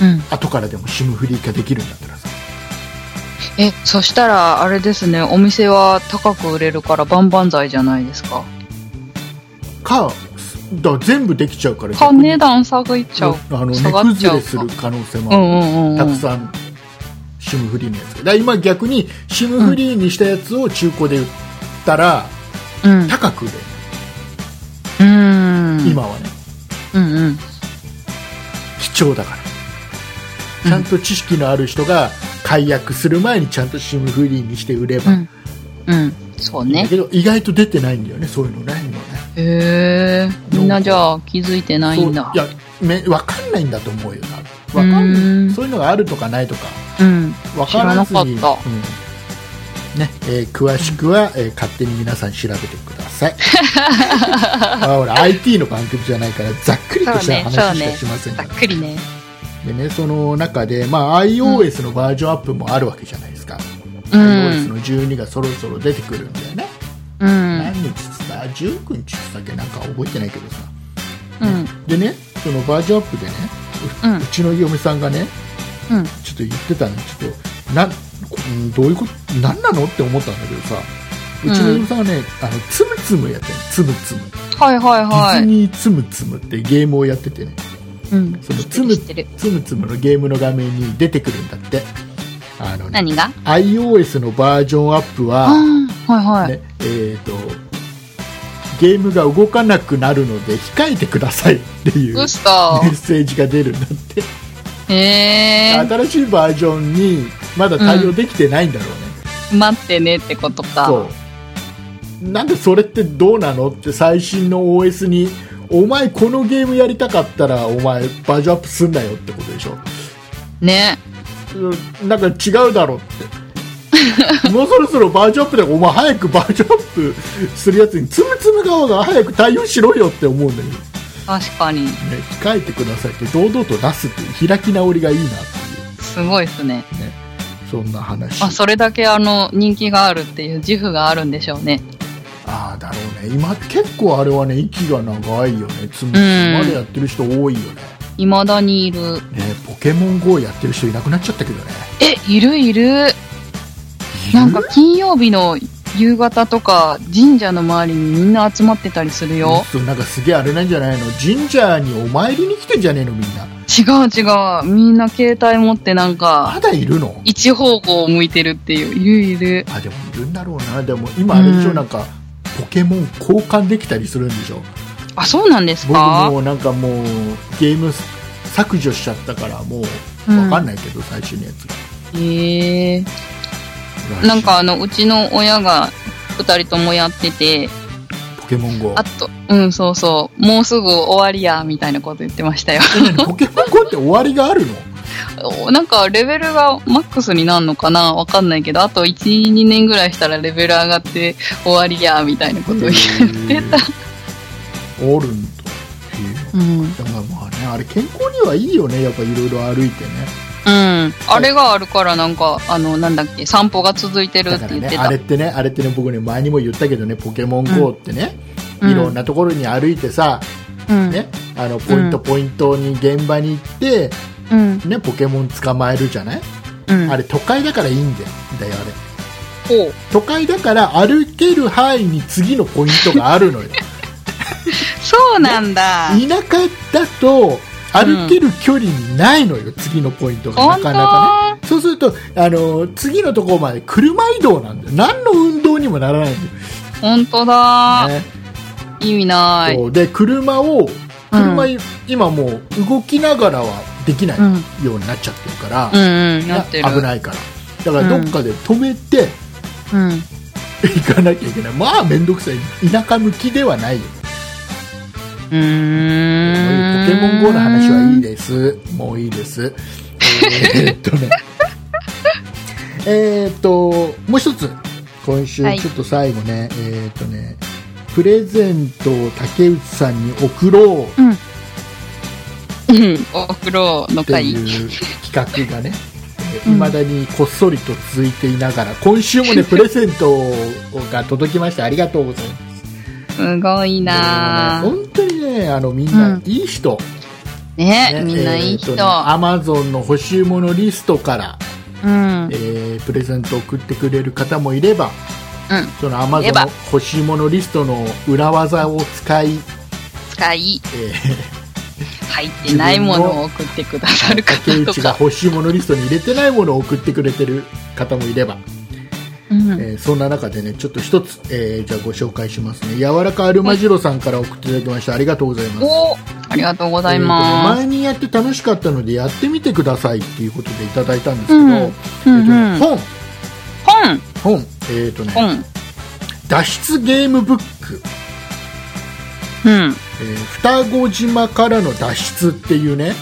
ゃん
うん。
後からでも SIM フリー化できるんだったらさ
え、そしたら、あれですね、お店は高く売れるから万々歳じゃないですか。
かだから全部できちゃうから
か、
逆に
値段下がっちゃう。
あの値
下がっち
崩
ゃう
れ
か
する可能性もあ
う
る
んうんうん。
たくさん SIM フリーのやつがだから今逆に SIM フリーにしたやつを中古で売ったら
ん。うん。
高く売れる、
うん。。
今はね
うんうん。
貴重だから
うん
ちゃんと知識のある人が解約する前にちゃんと SIM フリーにして売れば、
うん。うん。そう
だ
ね。
けど意外と出てないんだよねそういうのね今ね
へえ。みんなじゃあ気づいてないんだ
そう。いやめ分かんないんだと思うよ多分わかん
う
なんいそういうのがあるとかないとか
うん。
分からずに
知らなかった
うんねえー詳しくは、えー勝手に皆さん調べてくだ さいあほら IT の番組じゃないからざっくりとした
そうね
話し
そう
か
ね
しませんか
ざっ
ら、
くりね。
でねその中で、まあ、iOS のバージョンアップもあるわけじゃないですか、
う
iOS
ん。
の12がそろそろ出てくるんだよね、
うん。
何日っつった19日っつったっけなんか覚えてないけどさ
うん。
でねそのバージョンアップでね
うん
うちの嫁さんがね
うん。
ちょっと言ってたのちょっとなんこうんどういうこと何なのって思ったんだけどさうちの嫁さんがね、あのつむつむやってるつむつむデ
はいはいは
ィズ
い。
ニーつむつむってゲームをやっててね
うん。
その
知
つ
ってる
む
知ってる。
つむつむのゲームの画面に出てくるんだってあの、ね、
何が
iOS のバージョンアップは、
ああ、はいはい。
ねえー、とゲームが動かなくなるので控えてくださいっていう
ど
メ
う した
ッセージが出るんだって
えー、
新しいバージョンにまだ対応できてないんだろうね、
待ってねってことか。
そうなんでそれってどうなのって最新の OS にお前このゲームやりたかったらお前バージョンアップすんなよってことでしょ
ね。
うんなんか違うだろうって もうそろそろバージョンアップでお前早くバージョンアップするやつにつむつむ顔が早く対応しろよって思うんだけど、ね、
確かに。
控えてくださいって堂々と出すっていう開き直りがいいなっていう
すごいですね。
そんな話
まあ、それだけあの、人気があるっていう自負があるんでしょうね。
ああだろうね今結構あれはね息が長いよねつむつむまでやってる人多いよね,、
未だにいる。
ねポケモン GO やってる人いなくなっちゃったけどね
え、いるいる。
いる
なんか金曜日の夕方とか、神社の周りにみんな集まってたりするよ。
そうなんかすげえあれなんじゃないの神社にお参りに来てんじゃねえのみんな
違う違う。みんな携帯持ってなん
ま
か、
だいるの
一方向を向いてるっていう。いるいる。
あでもいるんだろうなでも今あれでし
う
ょ、
ん
なんかポケモン交換できたりするんでしょ
あ、そうなんです
僕
か
もうなんかもうゲーム削除しちゃったからもう
うん
分かんないけど、最新のやつ
へえ
が
なんかあの、うちの親が二人ともやってて、
ポケモン GO
あと、うん、そうそう、もうすぐ終わりや、みたいなこと言ってましたよ。
え何 ポケモン GO って終わりがあるの
おなんか、レベルがマックスになるのかなわかんないけど、あと1、2年ぐらいしたらレベル上がって終わりや、みたいなこと言ってた。
おるんとへ
うん。
えだからまあねあれ健康にはいいよねやっぱいろいろ歩いてね
うん。あれがあるから、なんか、あの、なんだっけ、散歩が続いてる
だ
っ
か
て
ら
言って
ね
た。
あれってねあれってね僕ね前にも言ったけどねポケモン GO ってね、
うん
いろんなところに歩いてさ、
うん。
ね、あのポイント
うん
ポイントに現場に行って、
うん。
ね、ポケモン捕まえるじゃない、
うん。
あれ都会だからいいんだよだよあれ
ほう。
都会だから歩ける範囲に次のポイントがあ るのよ
そうなんだ。
田舎だと歩ける距離にないのよ、次のポイントがな
本
かなか
当
ねそうするとあの次のところまで車移動なんだよ何の運動にもならないんだよ
本当だ。
ね
意味ない。
そうで車を車、今もう動きながらはできない
うん。
ようになっちゃってるから、
うんうん、
な
なってる。
危ないからだからどっかで止めて
うん。
行かなきゃいけない、まあ面倒くさい田舎向きではないよ
うーん。
ポケモン GO の話はいいですもういいですえーっとねえーっともう一つ今週
はい
ちょっと最後ね、えーっとねプレゼントを竹内さんに送ろう
うん。お風呂の
って
会。
いう企画がね、いまだにこっそりと続いていながら、今 週もね、プレゼントが届きました。ありがとうございます。
すごいな
もう
ぁ。
ね本当にね、あの、みんな
うん
いい人。
ね
ね
みんないい人。
アマゾンの欲しいものリストから、
うん。
えープレゼントを送ってくれる方もいれば、
うん。
そのアマゾン
いれば
の欲しいものリストの裏技を使い、
使い、
え
入ってないものを送ってくださる
ー、竹
方と
内が
か。
欲しいものリストに入れてないものを送ってくれてる方もいれば、
うん。
えーそんな中でねちょっと一つ、えーじゃあご紹介しますね柔らかアルマジロさんから送っていただきましたありがとうございます
おありがとうござい
えーと
ます。
ね前にやって楽しかったのでやってみてくださいっていうことでいただいたんですけど、
うん
え
うんう
ー
ん。
とね
本
本本えっ、とね
本
脱出ゲームブック、
うん。
えー双子島からの脱出っていうね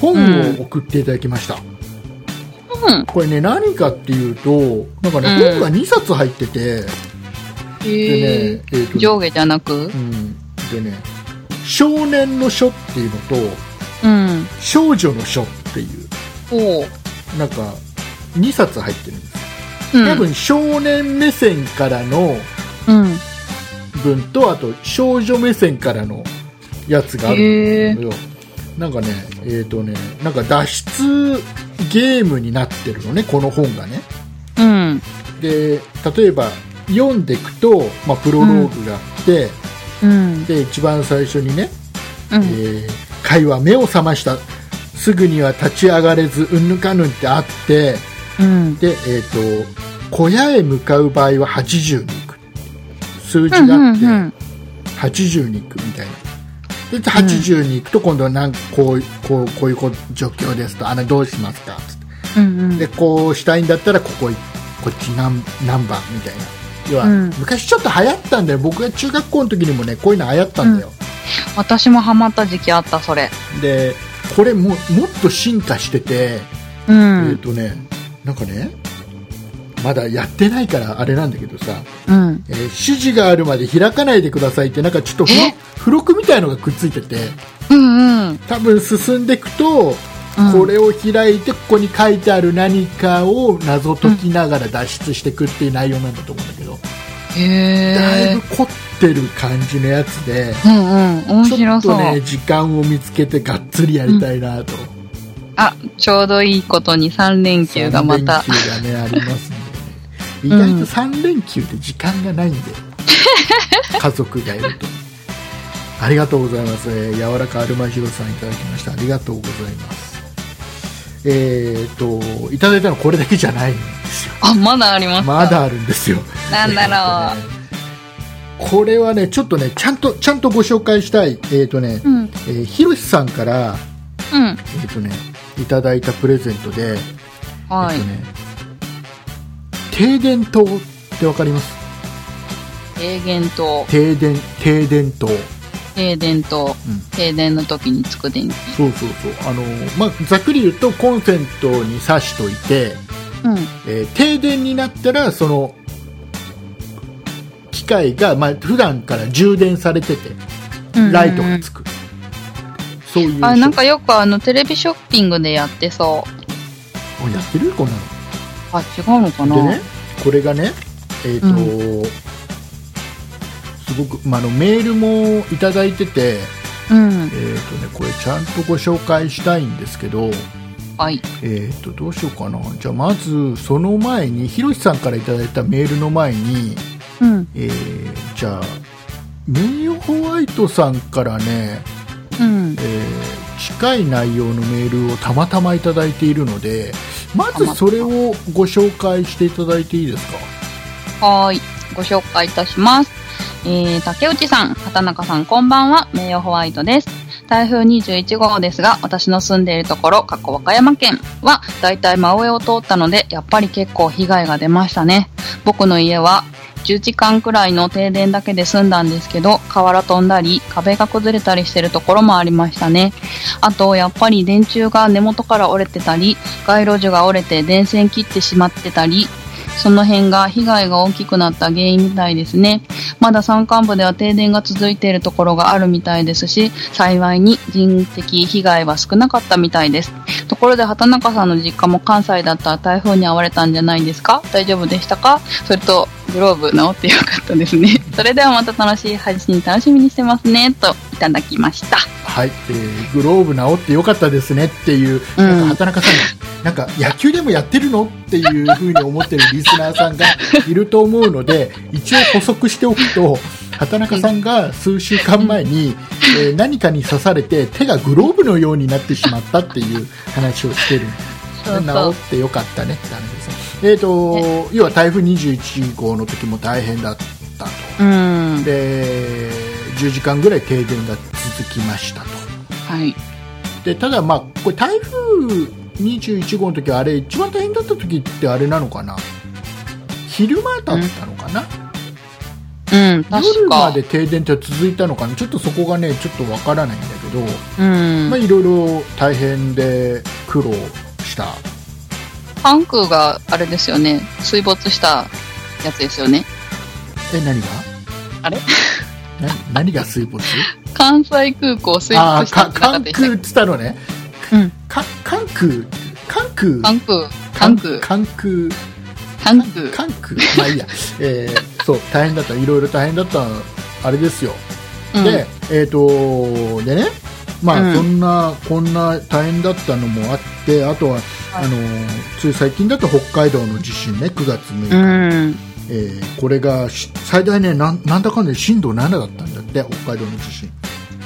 本を送っていただきました、
本
これね何かっていうとなんかね、
うん
本が2冊入っててでね、
へ
え
え。
ーとね
上下じゃなく
うん、でね少年の書っていうのと
うん。
少女の書っていう
ほう。
なんか2冊入ってるんです
うん
多分少年目線からの
うん。
文とあと少女目線からのやつがある
へ
ん
え
だ。けどなんかねえっ、とねなんか脱出ゲームになってるのねこの本がね
うん。
で例えば読んでいくと、まあ、プロローグがあって、
うん。
で一番最初にね
うん。
えー会は目を覚ましたすぐには立ち上がれずうんぬかぬんってあって
うん。
で、えー、と小屋へ向かう場合は80に行く数字
うん
があ
う
っ
ん
て、
うん。
80に行くみたいな。で80に行くと今度はなんこうこうこういうこう状況ですとあのどうしますかつって
うんうん。
でこうしたいんだったらここいこっち何何番みたいな要は、
うん
昔ちょっと流行ったんだよ僕が中学校の時にもねこういうの流行ったんだよ、
私もハマった時期あった、それ。
でこれももっと進化してて、
う
えっ、
ん。
とねなんかねまだやってないからあれなんだけどさ、
うん。
えー指示があるまで開かないでくださいってなんかちょっと付録付録みたいのがくっついてて
うんうん。
多分進んでいく
う
と、
ん
これを開いてここに書いてある何かを謎解きながら脱出していくっていう内容なんだと思うんだけど、だ
へえ
いぶ。凝ってる感じのやつで
うんうん。面
ちょ
白
っ
そう
と。ね時間を見つけてがっつりやりたいなと、
あ、ちょうどいいことに3連休がまた。
3連休がねありますんで、ね、意外と3連休って時間がないん で、家族がいるとありがとうございます、えー、柔らかアルマヒロさんいただきましたありがとうございますえー、っといただいたのこれだけじゃないんです よ
あ、まだありますか
ま。だあるんですよ
なんだろ
う、これはねちょっとねちゃんとちゃんとご紹介したいえー、っとね、
うん。
えー、ひろしさんから
うん。
えー、っとねいただいたプレゼントで、
は
え
い
っと。ね、停電灯ってわかります
停電灯、
停電停電灯、うん、
停電灯、停電の時につく電気。
そうそうそうあの、まあ、ざっくり言うとコンセントに挿しといて、
うん。
えー停電になったらその機械が、まあ普段から充電されてて
うん
ライトがつく、そういう
あ、なんかよくあの、テレビショッピングでやってそう。
おやってるこんなの
あ、違うのかな
でね、これがね、えーとすごく、まあ、あのメールもいただいてて、
うん
えー。とね、これちゃんとご紹介したいんですけど、
はい。
えー、とどうしようかなじゃあまずその前にひろしさんからいただいたメールの前に、
うん。
えーじゃあ名誉ホワイトさんからね、
うん
え。ー近い内容のメールをたまたまいただいているのでまずそれをご紹介していただいていいですか
はーい。ご紹介いたします。えー、竹内さん、畑中さん、こんばんは。名誉ホワイトです。台風21号ですが、私の住んでいるところ、過去和歌山県は、だいたい真上を通ったので、やっぱり結構被害が出ましたね。僕の家は、10時間くらいの停電だけで済んだんですけど、瓦飛んだり、壁が崩れたりしてるところもありましたね。あと、やっぱり電柱が根元から折れてたり、街路樹が折れて電線切ってしまってたり、その辺が被害が大きくなった原因みたいですね。まだ山間部では停電が続いているところがあるみたいですし、幸いに人的被害は少なかったみたいです。ところで畑中さんの実家も関西だったら台風に遭われたんじゃないですか大丈夫でしたかそれと、グローブ直ってよかったですね。 それではまた楽しい配信楽しみにしてますね。と、いただきました。
はい、えーグローブ治ってよかったですねっていう、
うん
なんか畑中さん、なんか野球でもやってるのっていうふうに思ってるリスナーさんがいると思うので、一応補足しておくと、畑中さんが数週間前に、えー何かに刺されて手がグローブのようになってしまったっていう話をしてるんです。
そうそう
治ってよかったねって話ですね。えー、と要は台風21号の時も大変だったと。
うん。
で10時間ぐらい停電が続きましたと。
はい。
でただ、まあ、これ台風21号の時はあれ一番大変だった時ってあれなのかな昼間だったのかな、
うん、
夜
確
ま
か。
で停電って続いたのかなちょっとそこがねちょっとわからないんだけど、
うん
まあ、。いろいろ大変で苦労した
パンクがあれですよね水没したやつですよね
え何が
あれ
な 何が水没
関西空港水
あ
没
ー
した
か
んじゃなかっ
関
たでした
空
っ
っつったのね
けうん
か関空関空
関空関空
関空
関空
関空まあいいや、 えーそう大変だったいろいろ大変だったあれですよで、えっ、とでね、まあ、
うん
そんな、こんな大変だったのもあって、あとは、あのー、つい最近だと北海道の地震ね、9月6
う
日、
んうん
えーこれがし最大ねなん、なんだかんだで震度7だったんだって、北海道の地震。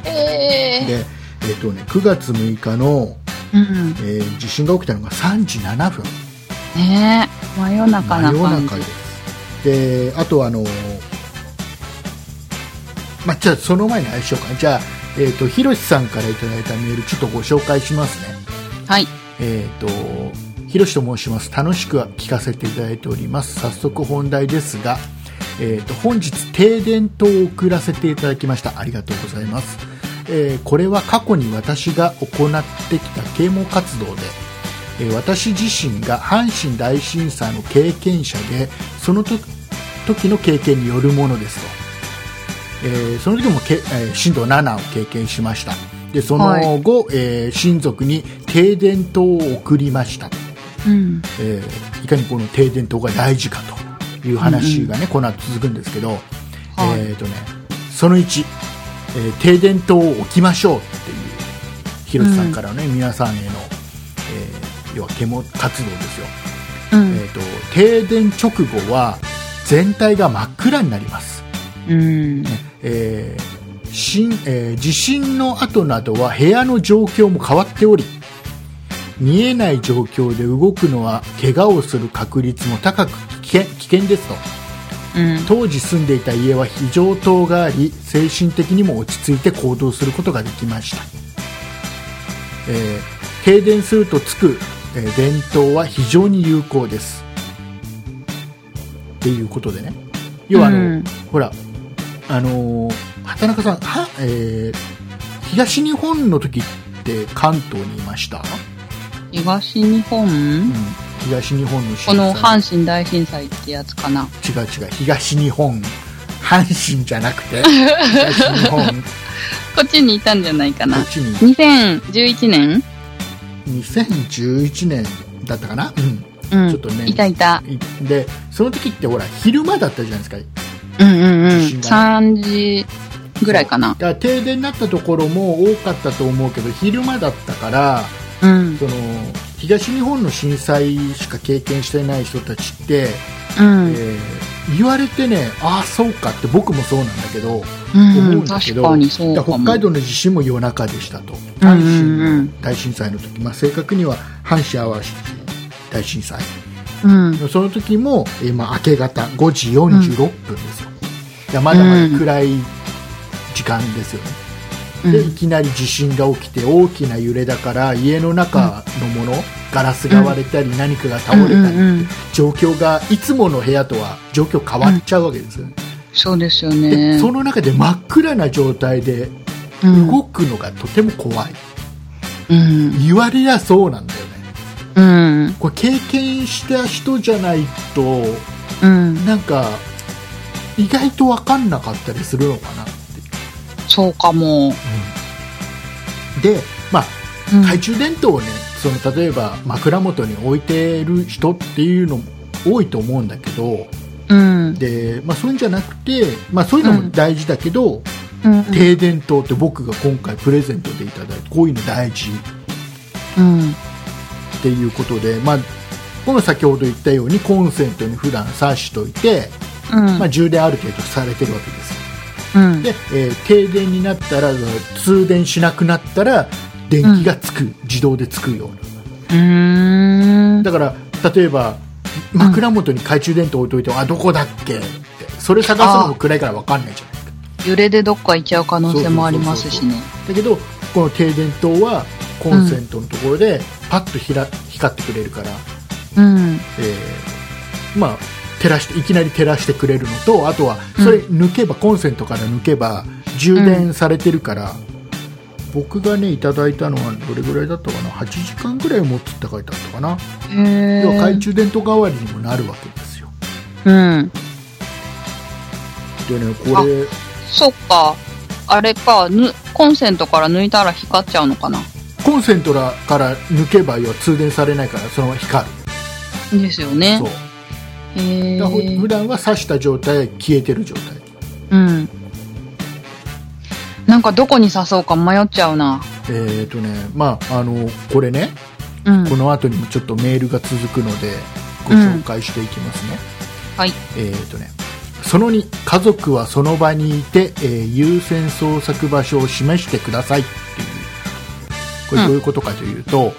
え
で、えっ、とね、9月6日の、
ーうん
えー地震が起きたのが3時7分、
ねえ真夜中
真
な
夜
感じ
中です。で、あとあのーまあ、じゃあその前にあれしようかじゃあ、えー、とひろしさんからいただいたメールちょっとご紹介しますね
はい。
えっ、と、ひろしと申します。楽しく聞かせていただいております。早速本題ですが、えっ、と、本日停電灯を送らせていただきました。ありがとうございます。えーこれは過去に私が行ってきた啓蒙活動で、えー私自身が阪神大震災の経験者で、その時時の経験によるものですと。えーその時もけ、えー震度7を経験しましたでその後、えー親族に停電灯を送りました、
うん。
えーいかにこの停電灯が大事かという話がね、この後続くんですけど、
はい
えーとね、その1、えー停電灯を置きましょうっていう広瀬さんからね、皆さんへの、えー要は煙活動ですよ、
うん。
えーと停電直後は全体が真っ暗になります
うん。
えー震えー地震の後などは部屋の状況も変わっており見えない状況で動くのは怪我をする確率も高く危険危険ですと
うん。
当時住んでいた家は非常灯があり精神的にも落ち着いて行動することができました、えー停電するとつく、えー電灯は非常に有効ですっていうことでね要はあの、
うん
ほらあのー畑中さんは、えー東日本の時って関東にいました、
東日
うん
本、
東日本の
こ
震
の
災
阪神大震災ってやつかな。
違う違う東日本阪神じゃなくて東日本
こっちにいたんじゃないかな
こ。っちに
2011年
2011年だったかな、う
うん。
ちょっとね
いたいた。
ん、でその時ってほら昼間だったじゃないですか
うんうんうん。
地震が
3時ぐらいかな。
だから停電になったところも多かったと思うけど昼間だったから
うん。
その東日本の震災しか経験してない人たちって、
うん。
えー言われてねああそうかって僕もそうなんだけど
う
思うん
ん。
だけ
確
ど
かにそう
だ
か
から
も。
北海道の地震も夜中でしたと
うん
阪
うんう
神
ん
大震災の時、まあ、正確には阪神・淡路大震災
うん。
その時も、えーまあ、明け方5時46分ですよ、いやまだまだ暗い時間ですよね、
う
で
ん
いきなり地震が起きて大きな揺れだから家の中のもの、ガラスが割れたり何かが倒れたり、
うんうんうん
状況がいつもの部屋とは状況変わっちゃうわけですよね、
そうですよ
で
ね。
その中で真っ暗な状態で
うん
動くのがとても怖い、
うん。
言われやそうなんだよね
うん。
これ経験した人じゃないと
うん。
なんか意外と分かんなかったりするのかなって、
そうかも。
で、まあ、
うん
懐中電灯をねその例えば枕元に置いてる人っていうのも多いと思うんだけど
うん。
で、まあ、そういうんじゃなくて、まあ、そういうのも大事だけど、
うん。
停電灯って僕が今回プレゼントでいただいてこういうの大事
うん。
っていうことで、まあ、この先ほど言ったようにコンセントに普段挿しといて、
うん。
まあ、充電ある程度されてるわけですよ
うん。
で、えー停電になったら通電しなくなったら電気がつく、自動でつくような
うーん。
だから例えば枕元に懐中電灯置いといて、あどこだっけってそれ探すのも暗いから分かんないじゃないですか
揺れでどっか行っちゃう可能性もありますしね。
だけどこの停電灯はコンセントのところでパッとひら光ってくれるから、
うん。
えーまあ照らしていきなり照らしてくれるのとあとはそれ抜けば、コンセントから抜けば充電されてるから、僕がねいただいたのはどれぐらいだったかな8時間ぐらい持ってって書いてあったかな、
へ
要は懐
ー
中電灯代わりにもなるわけですよ
うん。
でねこれ
そっか。あれか、ぬ、コンセントから抜いたら光っちゃうのかな。
コンセントらから抜けば要は通電されないからそのまま光る
ですよね
そう。
へえ
だからふ普。段は挿した状態消えてる状態
うん。なんかどこに刺そうか迷っちゃうな。
えっ、とねまああのこれね
うん。
この後にもちょっとメールが続くのでご紹介していきますね、
はい。
えーとねその2家族はその場にいて、えー優先捜索場所を示してくださいっていうこれ
うん
どういうことかというと、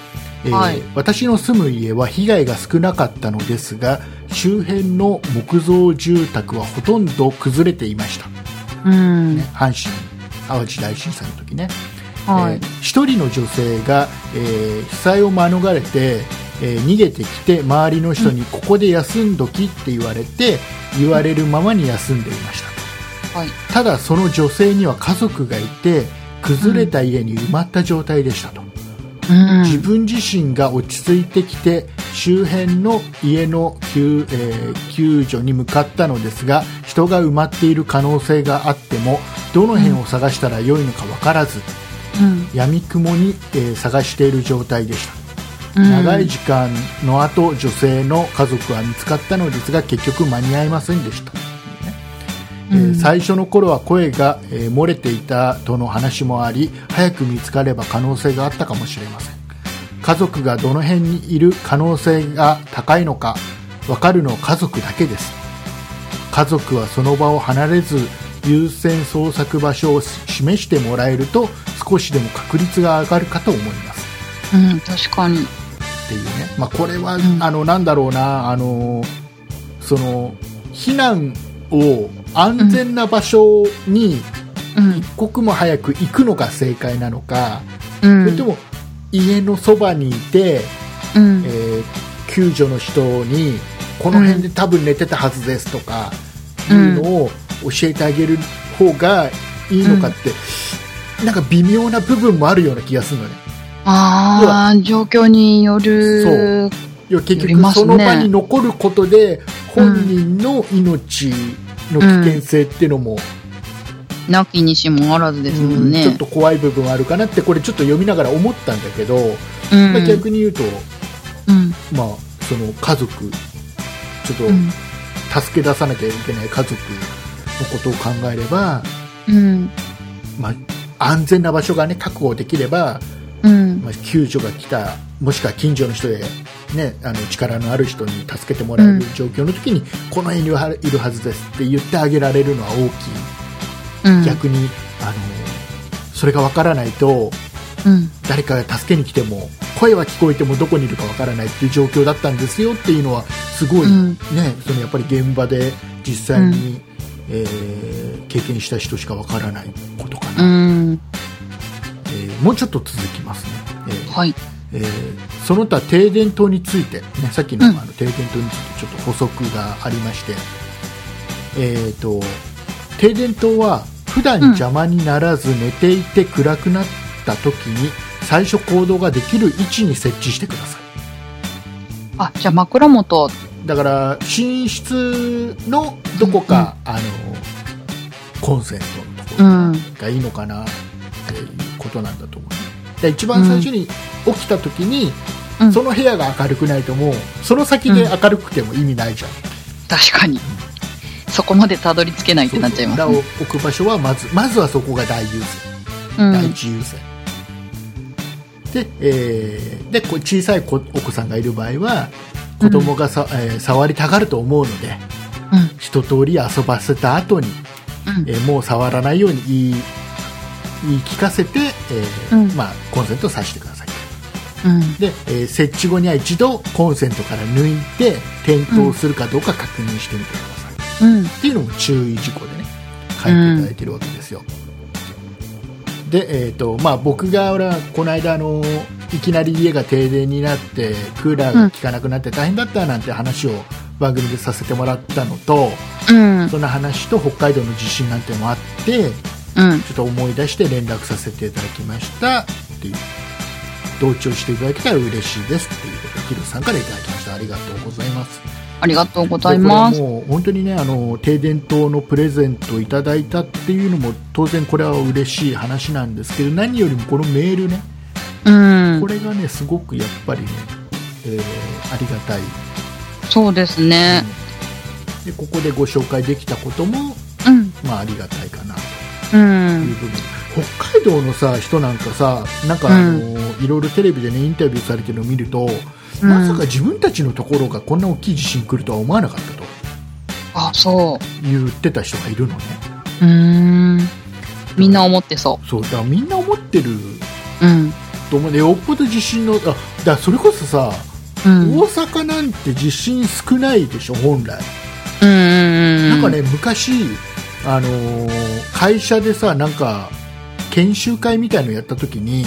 えー
はい
私の住む家は被害が少なかったのですが周辺の木造住宅はほとんど崩れていました
うん。
ね、阪神・淡路大震災の時ね、
は
えー
い。
一人の女性が、えー被災を免れて、えー逃げてきて周りの人にここで休んどきって言われて、言われるままに休んでいました
はい。
ただその女性には家族がいて崩れた家に埋まった状態でしたと、
うん。
自分自身が落ち着いてきて周辺の家の救,、えー救助に向かったのですが人が埋まっている可能性があってもどの辺を探したら良いのか分からず、
うん
闇雲に、えー探している状態でした、
うん
長い時間の後女性の家族は見つかったのですが結局間に合いませんでした、
う
えー
ん
最初の頃は声が、えー漏れていたとの話もあり早く見つかれば可能性があったかもしれません家族がどの辺にいる可能性が高いのか分かるのは家族だけです家族はその場を離れず優先捜索場所を示してもらえると少しでも確率が上がるかと思います
うん、確かに。
っていうね、まあ、これは、
うん
あのなんだろうなあのその避難を安全な場所に
うん。
一刻も早く行くのが正解なのか、
うん。
それとも家のそばにいて、
うん
え。ー救助の人にこの辺で多分寝てたはずですとかいうのを教えてあげる方がいいのかって、なんか微妙な部分もあるような気がするのね。
ああ、状況による。
いや結
よりま
局
す
そ
ね
の場に残ることで本人の命の危険性っていうのも、
なきにしもあらずですもん
うん
ね。
ちょっと怖い部分はあるかなってこれちょっと読みながら思ったんだけど、
うん。
まあ逆に言うと、
うん。
まあ、その家族ちょ
う
っ
ん。
と助け出さなきゃいけない家族のことを考えれば、
うん。
まあ、安全な場所が、ね、確保できれば、
うん。
まあ、救助が来たもしくは近所の人で、ね、あの力のある人に助けてもらえる状況の時に、この辺にはいるはずですって言ってあげられるのは大き
うん
い逆に、あのそれがわからないと
うん。
誰かが助けに来ても声は聞こえてもどこにいるかわからないっていう状況だったんですよっていうのはすごい、
うん
ねそのやっぱり現場で実際に、えー経験した人しかわからないことか
う
な、
ん。
えーもうちょっと続きますね。えー
はい。
えーその他停電灯について、ね、さっきの,、
うん
あの停電灯についてちょっと補足がありまして、えー、と停電灯は普段邪魔にならず寝ていて暗くなった時に最初行動ができる位置に設置してください
あ、じゃあ枕元。
だから寝室のどこか、あのコンセントのとこ
う
ろ
ん。
がいいのかなっていうことなんだと思うね、で一番最初に起きた時に、
うん
その部屋が明るくないともうその先で明るくても意味ないじゃん、
確かに。そこまでたどり着けないって
そう
なっちゃいます
そう
ね。
だから置く場所はまずまずはそこが大優先、
うん。
第一優先で,、えーでこう小さい子お子さんがいる場合は子供がさ、えー触りたがると思うので
うん
一通り遊ばせた後に、えーもう触らないように言い言い聞かせて、えー
うん
まあ、コンセントを挿してください
うん。うん。
で、えー設置後には一度コンセントから抜いて点灯するかどうか確認してみてください、っ
うん。
ていうのも注意事項でね書いていただいてるわけですよ、で、えーとまあ、僕が俺はこの間あのいきなり家が停電になってクーラーが効かなくなって大変だったなんて話を番組でさせてもらったのと
うん。
その話と北海道の地震なんてのもあって
うん。
ちょっと思い出して連絡させていただきましたっていう同調していただけたら嬉しいですっていうことをヒロさんからいただきましたありがとうございます
ありがとうございます
で。これはもう本当にねあの停電灯のプレゼントをいただいたっていうのも当然これは嬉しい話なんですけど何よりもこのメールね
うん
こ。れがねすごくやっぱりね、えーありがたい、
そうですね。
でここでご紹介できたことも、
うん。
まあ、ありがたいかなと
う
とい
ん
う。部分北海道のさ人なんかさなんかあの、いろいろテレビでねインタビューされてるのを見ると、
うん
まさか自分たちのところがこんな大きい地震来るとは思わなかったと
あ、そ
言ってた人がいるのね
う。うーん。みんな思ってそ
そうだからみんな思ってる
う。うん。
と思うねよっぽど地震のあだからそれこそさ、
うん。うん
大阪なんて地震少ないでしょ本来、
うん。うん
なんかね昔あのー会社でさなんか研修会みたいのやった時に、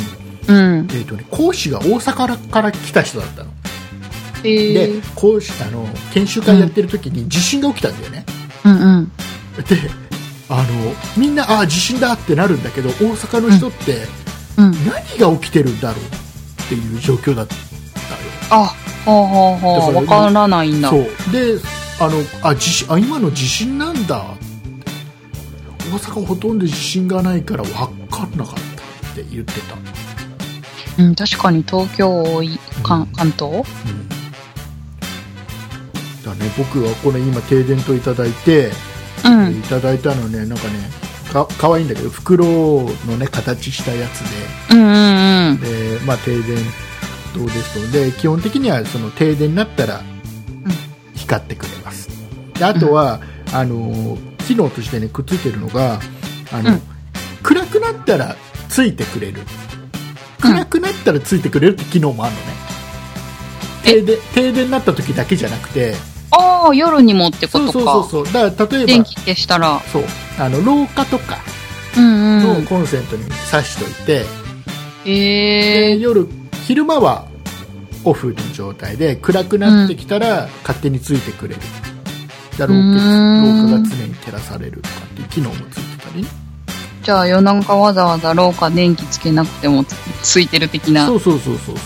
うん。
えーとね、講師が大阪から来た人だったの
えー
で講師あの研修会やってる時に地震が起きたんだよね、
うんうん。
であのみんなあー地震だってなるんだけど大阪の人って
うん。
何が起きてるんだろうっていう状況だったよ
あ、ほうほうほう。わ
だから
からないんだ。
そうであのあ地震あ今の地震なんだ大阪ほとんど地震がないから分かんなかったって言ってた、
うん、確かに東京多い、関関東
うんだね、僕はこの今停電といただいて、
うん。
いただいたのねなんかねか可愛いんだけど袋のね形したやつ
うんうんうん。
でで、まあ、停電どうですとで基本的にはその停電になったら光ってくれますであとは、あの機能としてねくっついてるのがあの、
うん
暗くなったらついてくれる
うん
暗くなったらついてくれるって機能もあるのね、
え
停電停電になった時だけじゃなくて
ああ、夜にもってこ
そう
と
そうそう
か。
そうだから例え
電
ば
気消したら。
そうあの廊下とか
うんう
の
ん。
コンセントに挿しといて、
へ
で
え。
夜昼間はオフの状態で暗くなってきたら勝手についてくれる、だろう
う
け
ーん
廊下が常に照らされるとかっていう機能もついてたりね
じゃあ夜中わざわざ廊下電気つけなくてもつついてる的な。
そううそうそうそうそ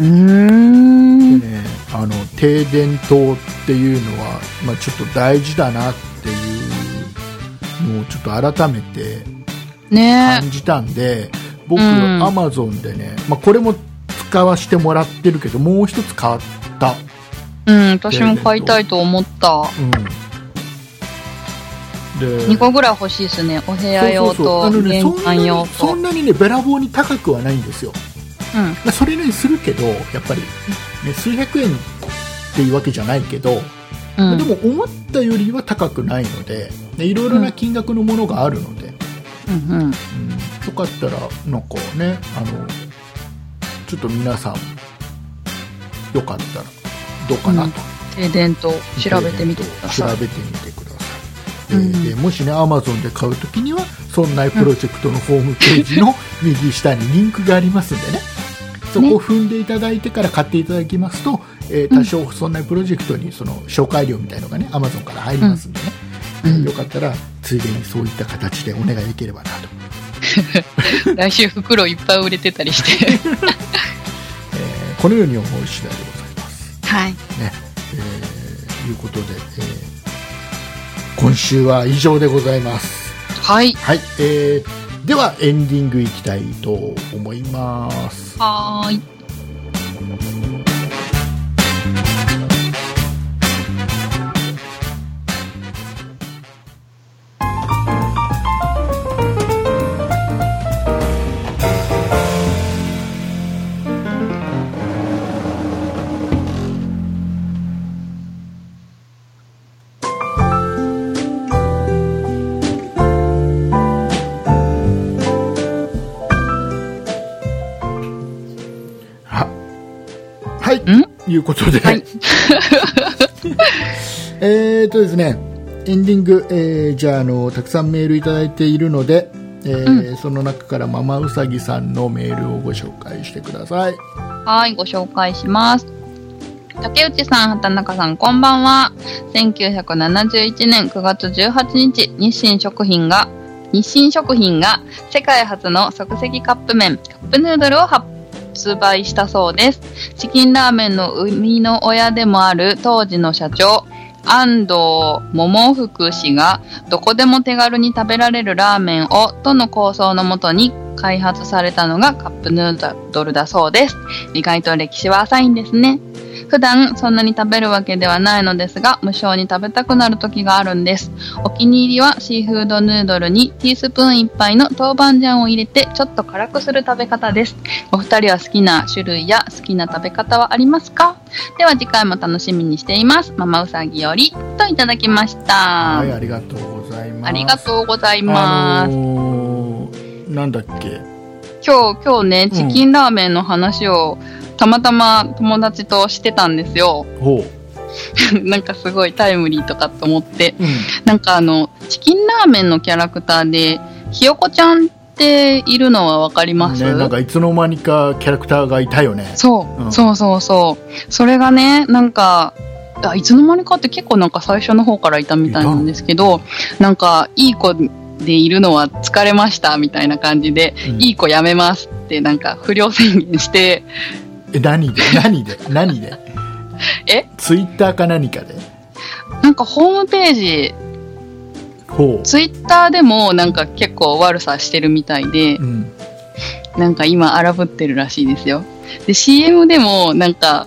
う
ーん。
でねあの停電灯っていうのは、まあ、ちょっと大事だなっていうのをちょっと改めて
ねえ。
感じたんで僕
うん
アマゾンでね、まあ、これも使わせてもらってるけどもう一つ買った
うん、私も買いたいと思った。
うんで
2個ぐらい欲しいですね。お部屋用
あ
と
の
玄
ねそんな
関用
に
と。
そ
うん
なにねべらぼうに高くはないんですよ、
ん。
まあ、それなりにするけどやっぱり、ね、数百円っていうわけじゃないけど、
うん
で。も思ったよりは高くないのでねいろいろな金額のものがあるので、
うんうん。
うん、よかったらなんかねあのちょっと皆さんよかったらどうかなと、
停電と調べてみてください
調。べてみてください、
うん
えーでもしね Amazon で買うときにはそんなプロジェクトのホームペー ジの右下にリンクがありますんでねそこを踏んでいただいてから買っていただきますと、えー多少そんなプロジェクトにその紹介料みたいのがね Amazon から入りますんでね、
うん
えー
うん
よかったらついでにそういった形でお願いできればなと、
来週袋いっぱい売れてたりして。
えーこのように思う次第でございます
はい。
ねえーいうことで、えー今週は以上でございます
はい。
はい、えー、ではエンディングいきたいと思います。
はーい。
は、はい、
ん
いうことで、
はい。
えーとですね、エンディング、えーじゃああの、たくさんメールいただいているので、えーその中からママウサギさんのメールをご紹介してください。
はい、ご紹介します。竹内さん、畑中さん、こんばんは。1971年9月18日、日清食品が、日清食品が世界初の即席カップ麺、カップヌードルを発売したそうです。チキンラーメンの生みの親でもある当時の社長、安藤桃福氏がどこでも手軽に食べられるラーメンをとの構想のもとに開発されたのがカップヌードルだそうです。意外と歴史は浅いんですね。普段そんなに食べるわけではないのですが、無性に食べたくなる時があるんです。お気に入りはシーフードヌードルにティースプーン1杯の豆板醤を入れてちょっと辛くする食べ方です。お二人は好きな種類や好きな食べ方はありますかでは次回も楽しみにしています。ママウサギよりといただきました。
はい、ありがとうございます。
ありがとうござい
あ
ます。
のーなんだっけ、
今日、今日ね、
うん
チキンラーメンの話をたまたま友達としてたんですよ。
ほう。
なんかすごいタイムリーとかと思って、
うん。
なんかあの、チキンラーメンのキャラクターで、ひよこちゃんっているのはわかります、
ね、なんかいつの間にかキャラクターがいたよね。
そう、
うん
そうそうそう。それがね、なんか、あいつの間にかって結構なんか最初の方からいたみたいなんですけど、なんか、いい子でいるのは疲れましたみたいな感じで、
うん
いい子やめますってなんか不良宣言して、
え、何で 何で何で
え
ツイッターか何かで。
なんかホームページ、
ほ
ツイッターでもなんか結構悪さしてるみたいで
う。う、ん。
なんか今荒ぶってるらしいですよ。で、CM でもなんか、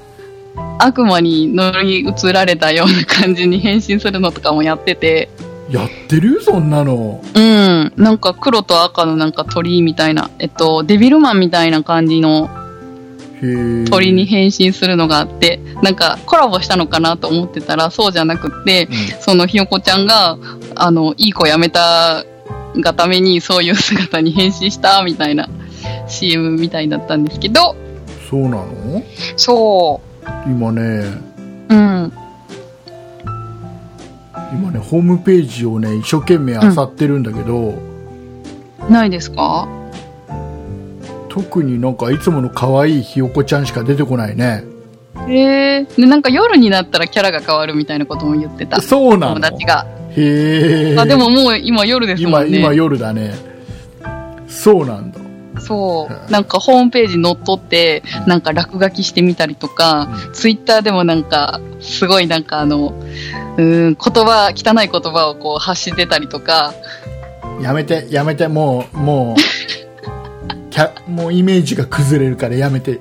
悪魔に乗り移られたような感じに変身するのとかもやってて、
やってるそんなの。
うん。なんか黒と赤のなんか鳥みたいな、えっと、デビルマンみたいな感じの
へえ。
鳥に。変身するのがあって、なんかコラボしたのかなと思ってたら、そうじゃなくって
う、ん。
そのひよこちゃんが、あの、いい子やめたがためにそういう姿に変身したみたいな CM みたいだったんですけど、
そうなの
そ
今ね、
う。うん。
今ね、ホームページをね、一生懸命漁ってるんだけど、
ないですか
特になんかいつもの可愛いひよこちゃんしか出てこないね。
へえ。で、なんか夜になったらキャラが変わるみたいなことも言ってた。
そうな
友
の
達が。
へえ。
あ、でももう今夜ですも
今、
んね。
今夜だね。そうなんだ。
そ
は
う。なんかホームページ乗っ取って、なんか落書きしてみたりとか、ツイッターでもなんか、すごいなんかあの、うーん、言葉、汚い言葉をこう発してたりとか、
やめて、やめて、もう、もう、 キャもうイメージが崩れるからやめて。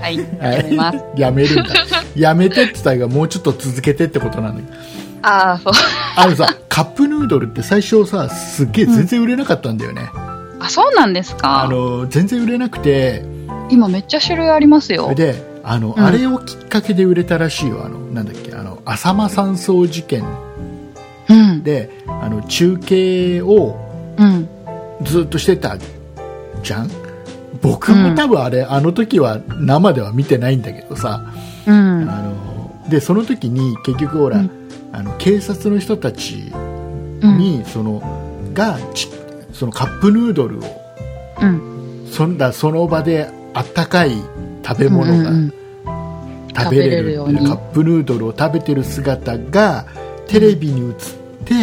はい、
はい
やめます。
やめるんだ。やめてって言ったが、もうちょっと続けてってことなんだけど。
ああ、そう。
あのさ、カップヌードルって最初さ、すっげえ全然売れなかったんだよね。
あ、そうなんです
あ
か
の、全然売れなくて、
今めっちゃ種類ありますよ。
で、あの、
うん
あれをきっかけで売れたらしいよ。あの、なんだっけ、あの、浅間山荘事件
うん。
で、あの、中継を、
うん。
ずっとしてたじゃん僕も多分あれ、あの時は生では見てないんだけどさ、
うん。
あのでその時に結局ほら、
うん
あの警察の人たち
うん。
に、そのがちそのカップヌードルを
うん。
そんだその場であったかい食べ
うん
物
うんうん
が食べれる,、
食べれるように
カップヌードルを食べてる姿がテレビに映っ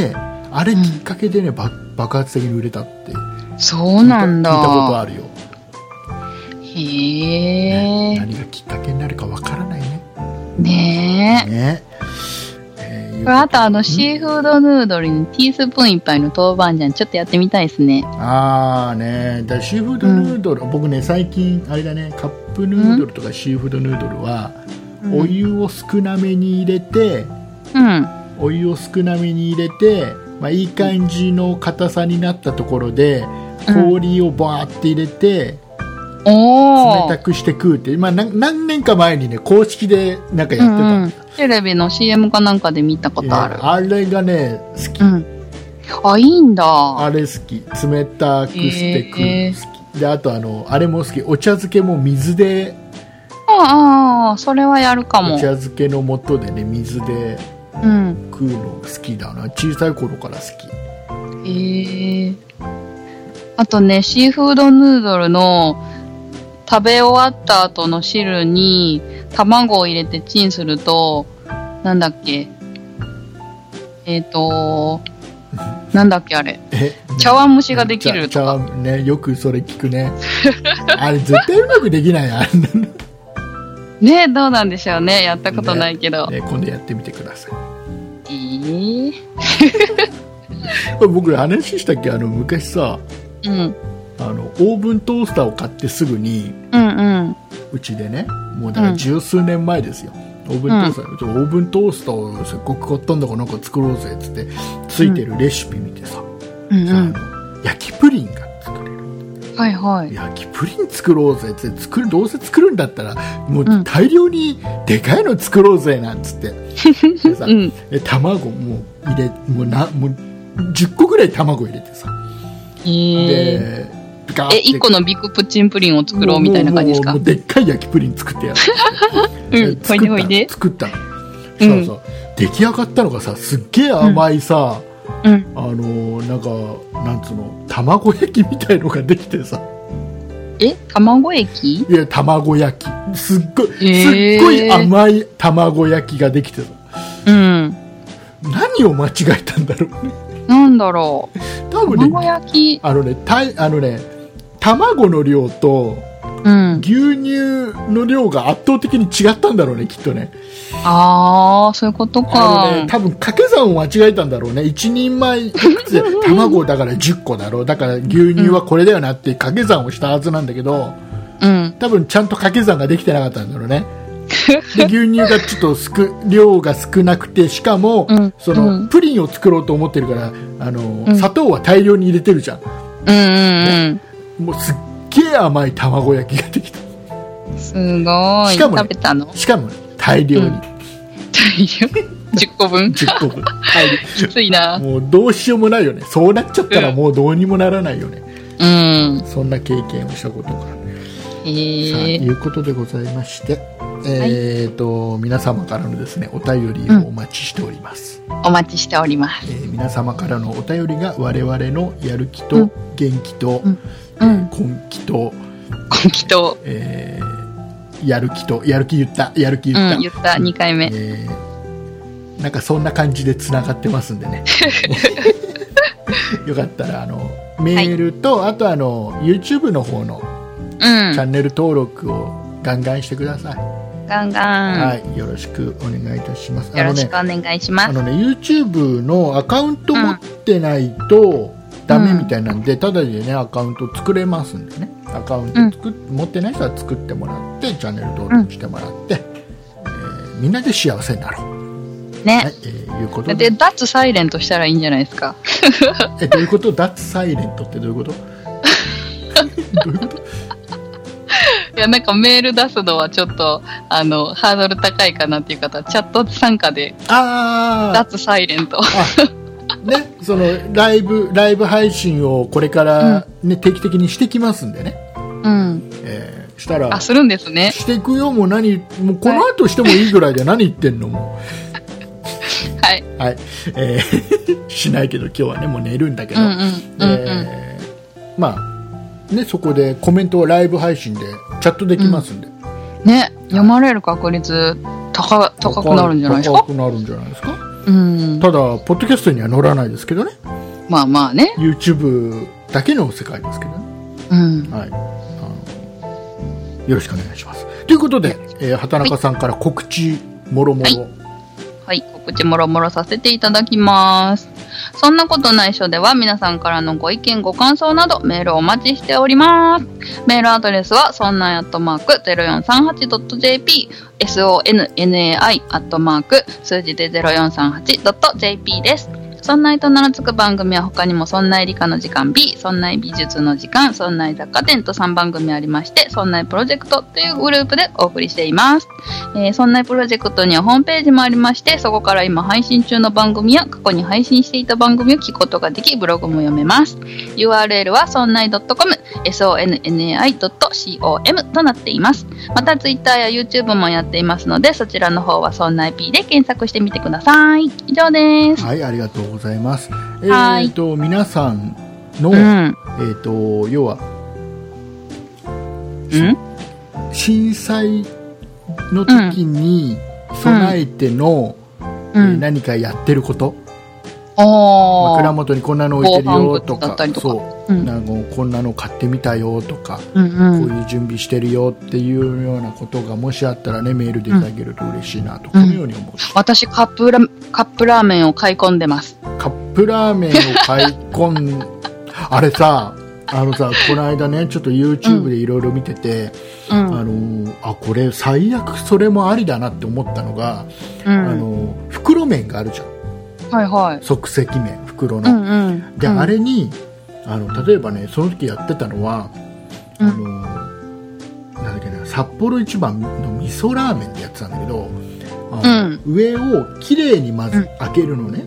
て、あれきっかけでね、ば爆発的に売れたって
そうなん
聞いたこと
だ。
あるよ
へ
ね
え。
何がきっかけになるかわからないね。
ねえ。
ね。えーいう
これあとあの
ん
シーフードヌードルにティースプーン一杯の豆板醤ちょっとやってみたいですね。
あーね、だからシーフードヌードル、僕ね、最近、あれだね、カップヌードルとかシーフードヌードルは、お湯を少なめに入れて、
うん。
お湯を少なめに入れて、まあ、いい感じの硬さになったところで、
うん
氷をバーって入れて、冷
お
た
ー。
くして食うって、まあ、なん何年か前にね、公式でなんかやってた
うんうん、テレビの CM かなんかで見たことある。
あれがね、好き
うん。あ、いいんだ。
あれ好き冷たくしてく
へー
る好き、であとあのあれも好きお茶漬けも水で
ああ、それはやるか
お
も
茶。漬けの素でね水で
うん。
食うの好きだな小さい頃から好き
へえ。あとね、シーフードヌードルの食べ終わった後の汁に卵を入れてチンすると、なんだっけえっ、と、なんだっけあ れ。
え
茶碗蒸しができる
茶
と
茶
か。
碗ねよくそれ聞くね あれ絶対うまくできないあんなの、
ね
ね、
どうなんでしょうね。やったことないけど。
今度やってみてください
えー
これ僕話したっけあの昔さ
うん。
あのオーブントースターを買ってすぐに
うんうん。
うちでねもうだから十数年前ですよ、オーブントースター、うオーブントースターをせっかく買ったんだからなんか作ろうぜっつってついてるレシピ見てさ、
うん
さ
うん。
あの焼きプリンが作れる
はいはい。
焼きプリン作ろうぜっつって作るどうせ作るんだったらも
う
うん大量にでかいの作ろうぜなんつって、でさ
うん。
で卵も入れもうなもう10個ぐらい卵入れてさ
へえ。
でピカーっ
え、
て
一個のビッグプチンプリンを作ろうみたいな感じですか
もうもうもうでっかい焼きプリン作ってやる
うん、
作
ほ
っ
いで
た
ほいで。
作ったのさ、
うん
さ出来上がったのがさすっげえ甘いさ、
うん。
あのーなんかなんつうの卵焼きみたいのができてさ
え卵液
いや卵焼きすっごい、
えー
すっごい甘い卵焼きができてさ
うん。
何を間違えたんだろうね
なんだろう。
多分
卵
ね
焼き。
あのねたいあのね卵の量と
うん。
牛乳の量が圧倒的に違ったんだろうねきっとね
ああ、そういうこと
あの
か
ね、。多分掛け算を間違えたんだろうね1人前いくつで卵だから10個だろうだから牛乳はこれだよなっていう掛け算をしたはずなんだけど
うん。
多分ちゃんと掛け算ができてなかったんだろ うねで牛乳がちょっと少量が少なくてしかも、
うん
その
うん
プリンを作ろうと思ってるからあの、
ん
砂糖は大量に入れてるじゃん
うんうん
もうすっげえ甘い卵焼きができた
うん。すごい。
しかもね
食べたの
しかも大量に
うん大量 ?10 個分
10個分大量
きついな。
もうどうしようもないよねそうなっちゃったらもうどうにもならないよね、
うん。
そんな経験をしたことが、さあ
へえ。
いうことでございましてえーと皆様からのですねお便りをお待ちしております、
お待ちしております。
えー皆様からのお便りが我々のやる気
う
と
ん
元気と、
うんうん。
根気と、
根気と。
えーやる気とやる気言ったやる気
う
言った、
ん。言った、2回目。
えーなんかそんな感じでつながってますん でねよかったらあのメールと、あとあの YouTube の方の
う
チャ
ん。
ンネル登録をガンガンしてください、
ガンガン。
はいよろしくお願いいたします
よ
あの
ろしく
ね
お願いし
あ
ます。
のね YouTube のアカウント持ってないとダメみたいなんで、ただでねアカウント作れますんでねアカウント作っ、持ってない人は作ってもらってチャンネル登録してもらって、えーみんなで幸せになろうは
ね
い。、えーいうこと
だっ
で
て、、脱サイレントしたらいいんじゃないですか。
え、どういうこと脱サイレントってどういうことどういうこと
いや、なんかメール出すのはちょっと、あの、ハードル高いかなっていう方、チャット参加で、
あ
脱サイレント。
あ、ね、その、ライブ、ライブ配信をこれから、ね、定期的にしてきますんでね。
うん。
えーしたら
あ、、するんですね。
していくよ、もう何、もうこの後してもいいぐらいで何言ってんの、も
はい。
う。はい。えー しないけど今日はね、もう寝るんだけ
う
ど。
んうん。うんうん。
えーまあ、ね、そこでコメントをライブ配信でチャットできますんで。
ね、読まれる確率、高、高くなるんじゃないです
高
か
くなるんじゃないですか。
うん。
ただ、ポッドキャストには乗らないですけどね、
まあまあね。
YouTube だけの世界ですけどね、
うん。
はい、あのよろしくお願いします。ということで、えー畑中さんから告知もろもろ、
はい、告知もろもろさせていただきます。そんなことないしょでは皆さんからのご意見、ご感想などメールをお待ちしております。メールアドレスは、そんなアットマーク 0438.jp、sonnai アットマーク数字で 0438.jp です。そんないと名のつく番組は他にも、そんない理科の時間 B、そんない美術の時間、そんない雑貨店と3番組ありまして、そんないプロジェクトというグループでお送りしています。えーそんなプロジェクトにはホームページもありまして、そこから今配信中の番組や過去に配信していた番組を聞くことができ、ブログも読めます。URL はそんない .com、sonnai.com となっています。また Twitter や YouTube もやっていますので、そちらの方はそんない P で検索してみてください。以上です。
はい、ありがとうございます。え
はい
ー、と皆さんの、
う
え
ん。
ー、と要は
うん
震災の時に備えての、
う
えー
ん。
何かやってること、
お
枕
ー。
元にこんなの置いてるよと
防犯グッズだ
か
ったりとか
そ
う
う、
ん
なんかこんなの買ってみたよとか、
うんう。
こうんいう準備してるよっていうようなことがもしあったらねメールでいただけると嬉しいなと、このように思う、
私、カップラ、カップラーメンを買い込んでます。
カップラーメンを買い込ん あれさあのさこの間ねちょっと YouTube でいろいろ見てて、
うん。
あのあこれ最悪それもありだなって思ったのが、
う
あ
ん。
の袋麺があるじゃん
はいはい。
即席麺袋
う
の、
んうん。
で、
うん
あれにあの例えばねその時やってたのは、
うん
あのなんだっけな札幌一番の味噌ラーメンでやってたんだけど、あの上をきれいにま
うん
ず開けるのね、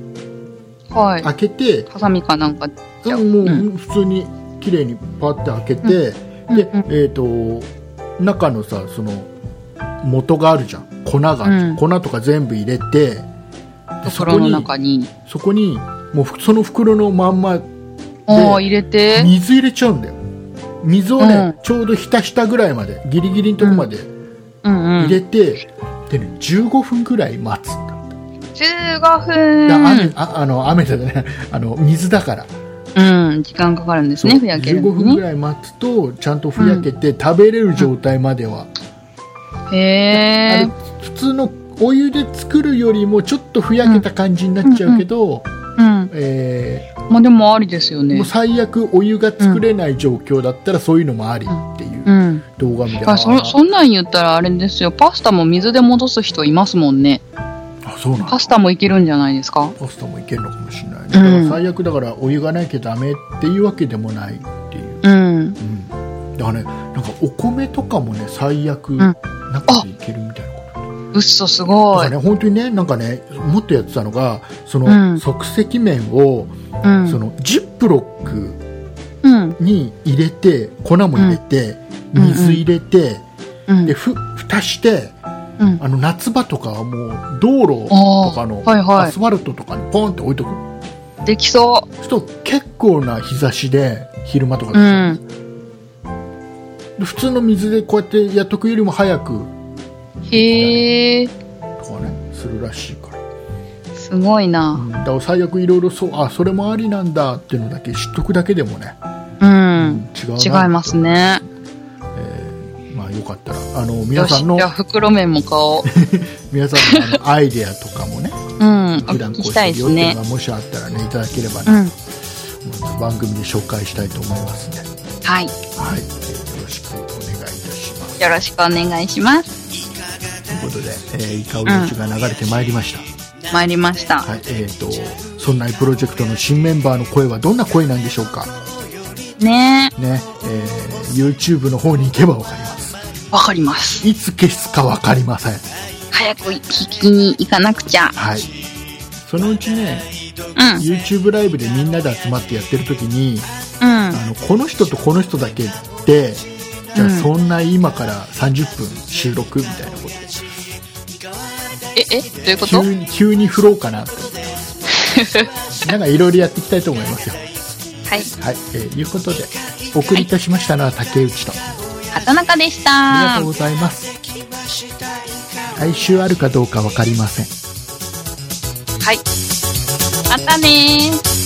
はい。
開けて、
ハサミかなんか。じゃあ
うんもう
う
普通にきれいにパッて開けて、
うん
で、
うん
えっ、と中のさその元があるじゃん粉があるじゃん、
うん
粉とか全部入れてでそこ
袋の
に
中に。
そこにもうふその袋のまんま
おー、入れて。
水入れちゃうんだよ水をね、
うん
ちょうどひたひたぐらいまでギリギリのとこまで
うんうん。
入れて、でね、15分ぐらい待つ、
15
いや雨
分。
ああの雨だね あの水だから
うん、時間かかるんですね、ふやける
15
の
分
に
ぐ
ね。
らい待つとちゃんとふやけて食べれる状態までは、あ
へ
れ
ー。
普通のお湯で作るよりもちょっとふやけた感じになっちゃうけど、
うん。
え
まあでもありですよ
ー
ね。
もう。最悪お湯が作れない状況だったらそういうのもありっていううん動画見て、あ
あそそんなん言ったらあれですよパスタも水で戻す人いますもんね
あそうなんだ
パスタもいけるんじゃないですか
パスタもいけるのかもしれない、ね、
ん
だから最悪だからお湯がないけどダメっていうわけでもないっていう、
うん
うん、だからねなんかお米とかもね最悪
ん
なくていけるみたいなこ
う
と、
っそす
だ
ご
か
い、
らね本当にねなんかねもっとやってたのがその、
うん
即席麺を
うん
そのジップロック
うん
に入れて粉も入れて、
うん
水入れて、
うん
でふ蓋して
うん
あの夏場とかはもう道路
あー
とかの
はいはい
アスファルトとかにポンって置いとく、
できそ
そうすると結構な日差しで昼間とか
うう
でし
ん
ょで普通の水でこうやってやっとくよりも早く
へえ
とかねするらしいから、
すごい
うん
な
だから最悪いろいろそうあそれもありなんだっていうのだけ知っとくだけでもね、
うん、
違うな
違いますね
まあよかったらあの
よ
皆さ
し
んの
じゃあ袋麺も買 おう
皆さんのあのアイデアと かもね
うんお
普段
聞き
こう
し
した
い
て
で
るよ
すね
っていうのがもしあったらねいただければ
う
ね、
ん
番組で紹介したいと思いますんで、
はい
はい、えーよろしくお願いいたします
よろしくお願いします
ということで、えー、イカオレンジが流れてまいりました、
参りました、
はいえー、とそんなプロジェクトの新メンバーの声はどんな声なんでしょうか
ね
ね、えー YouTube の方に行けばわかります
えわかります
いつ消すかわかりません
早く聞きに行かなくちゃ
はいそのうちね
うん
YouTube ライブでみんなで集まってやってる時に
うん
あのこの人とこの人だけでじゃあそんな今から30分収録みたいなこと
ええどういうこと
急に急に振ろうかなとなんかいろいろやっていきたいと思いますよ
はい
はい、えーいうことでお送りいたしましたのは竹内と
畑中でした
ありがとうございます来週あるかどうかわかりません
はい。またねー。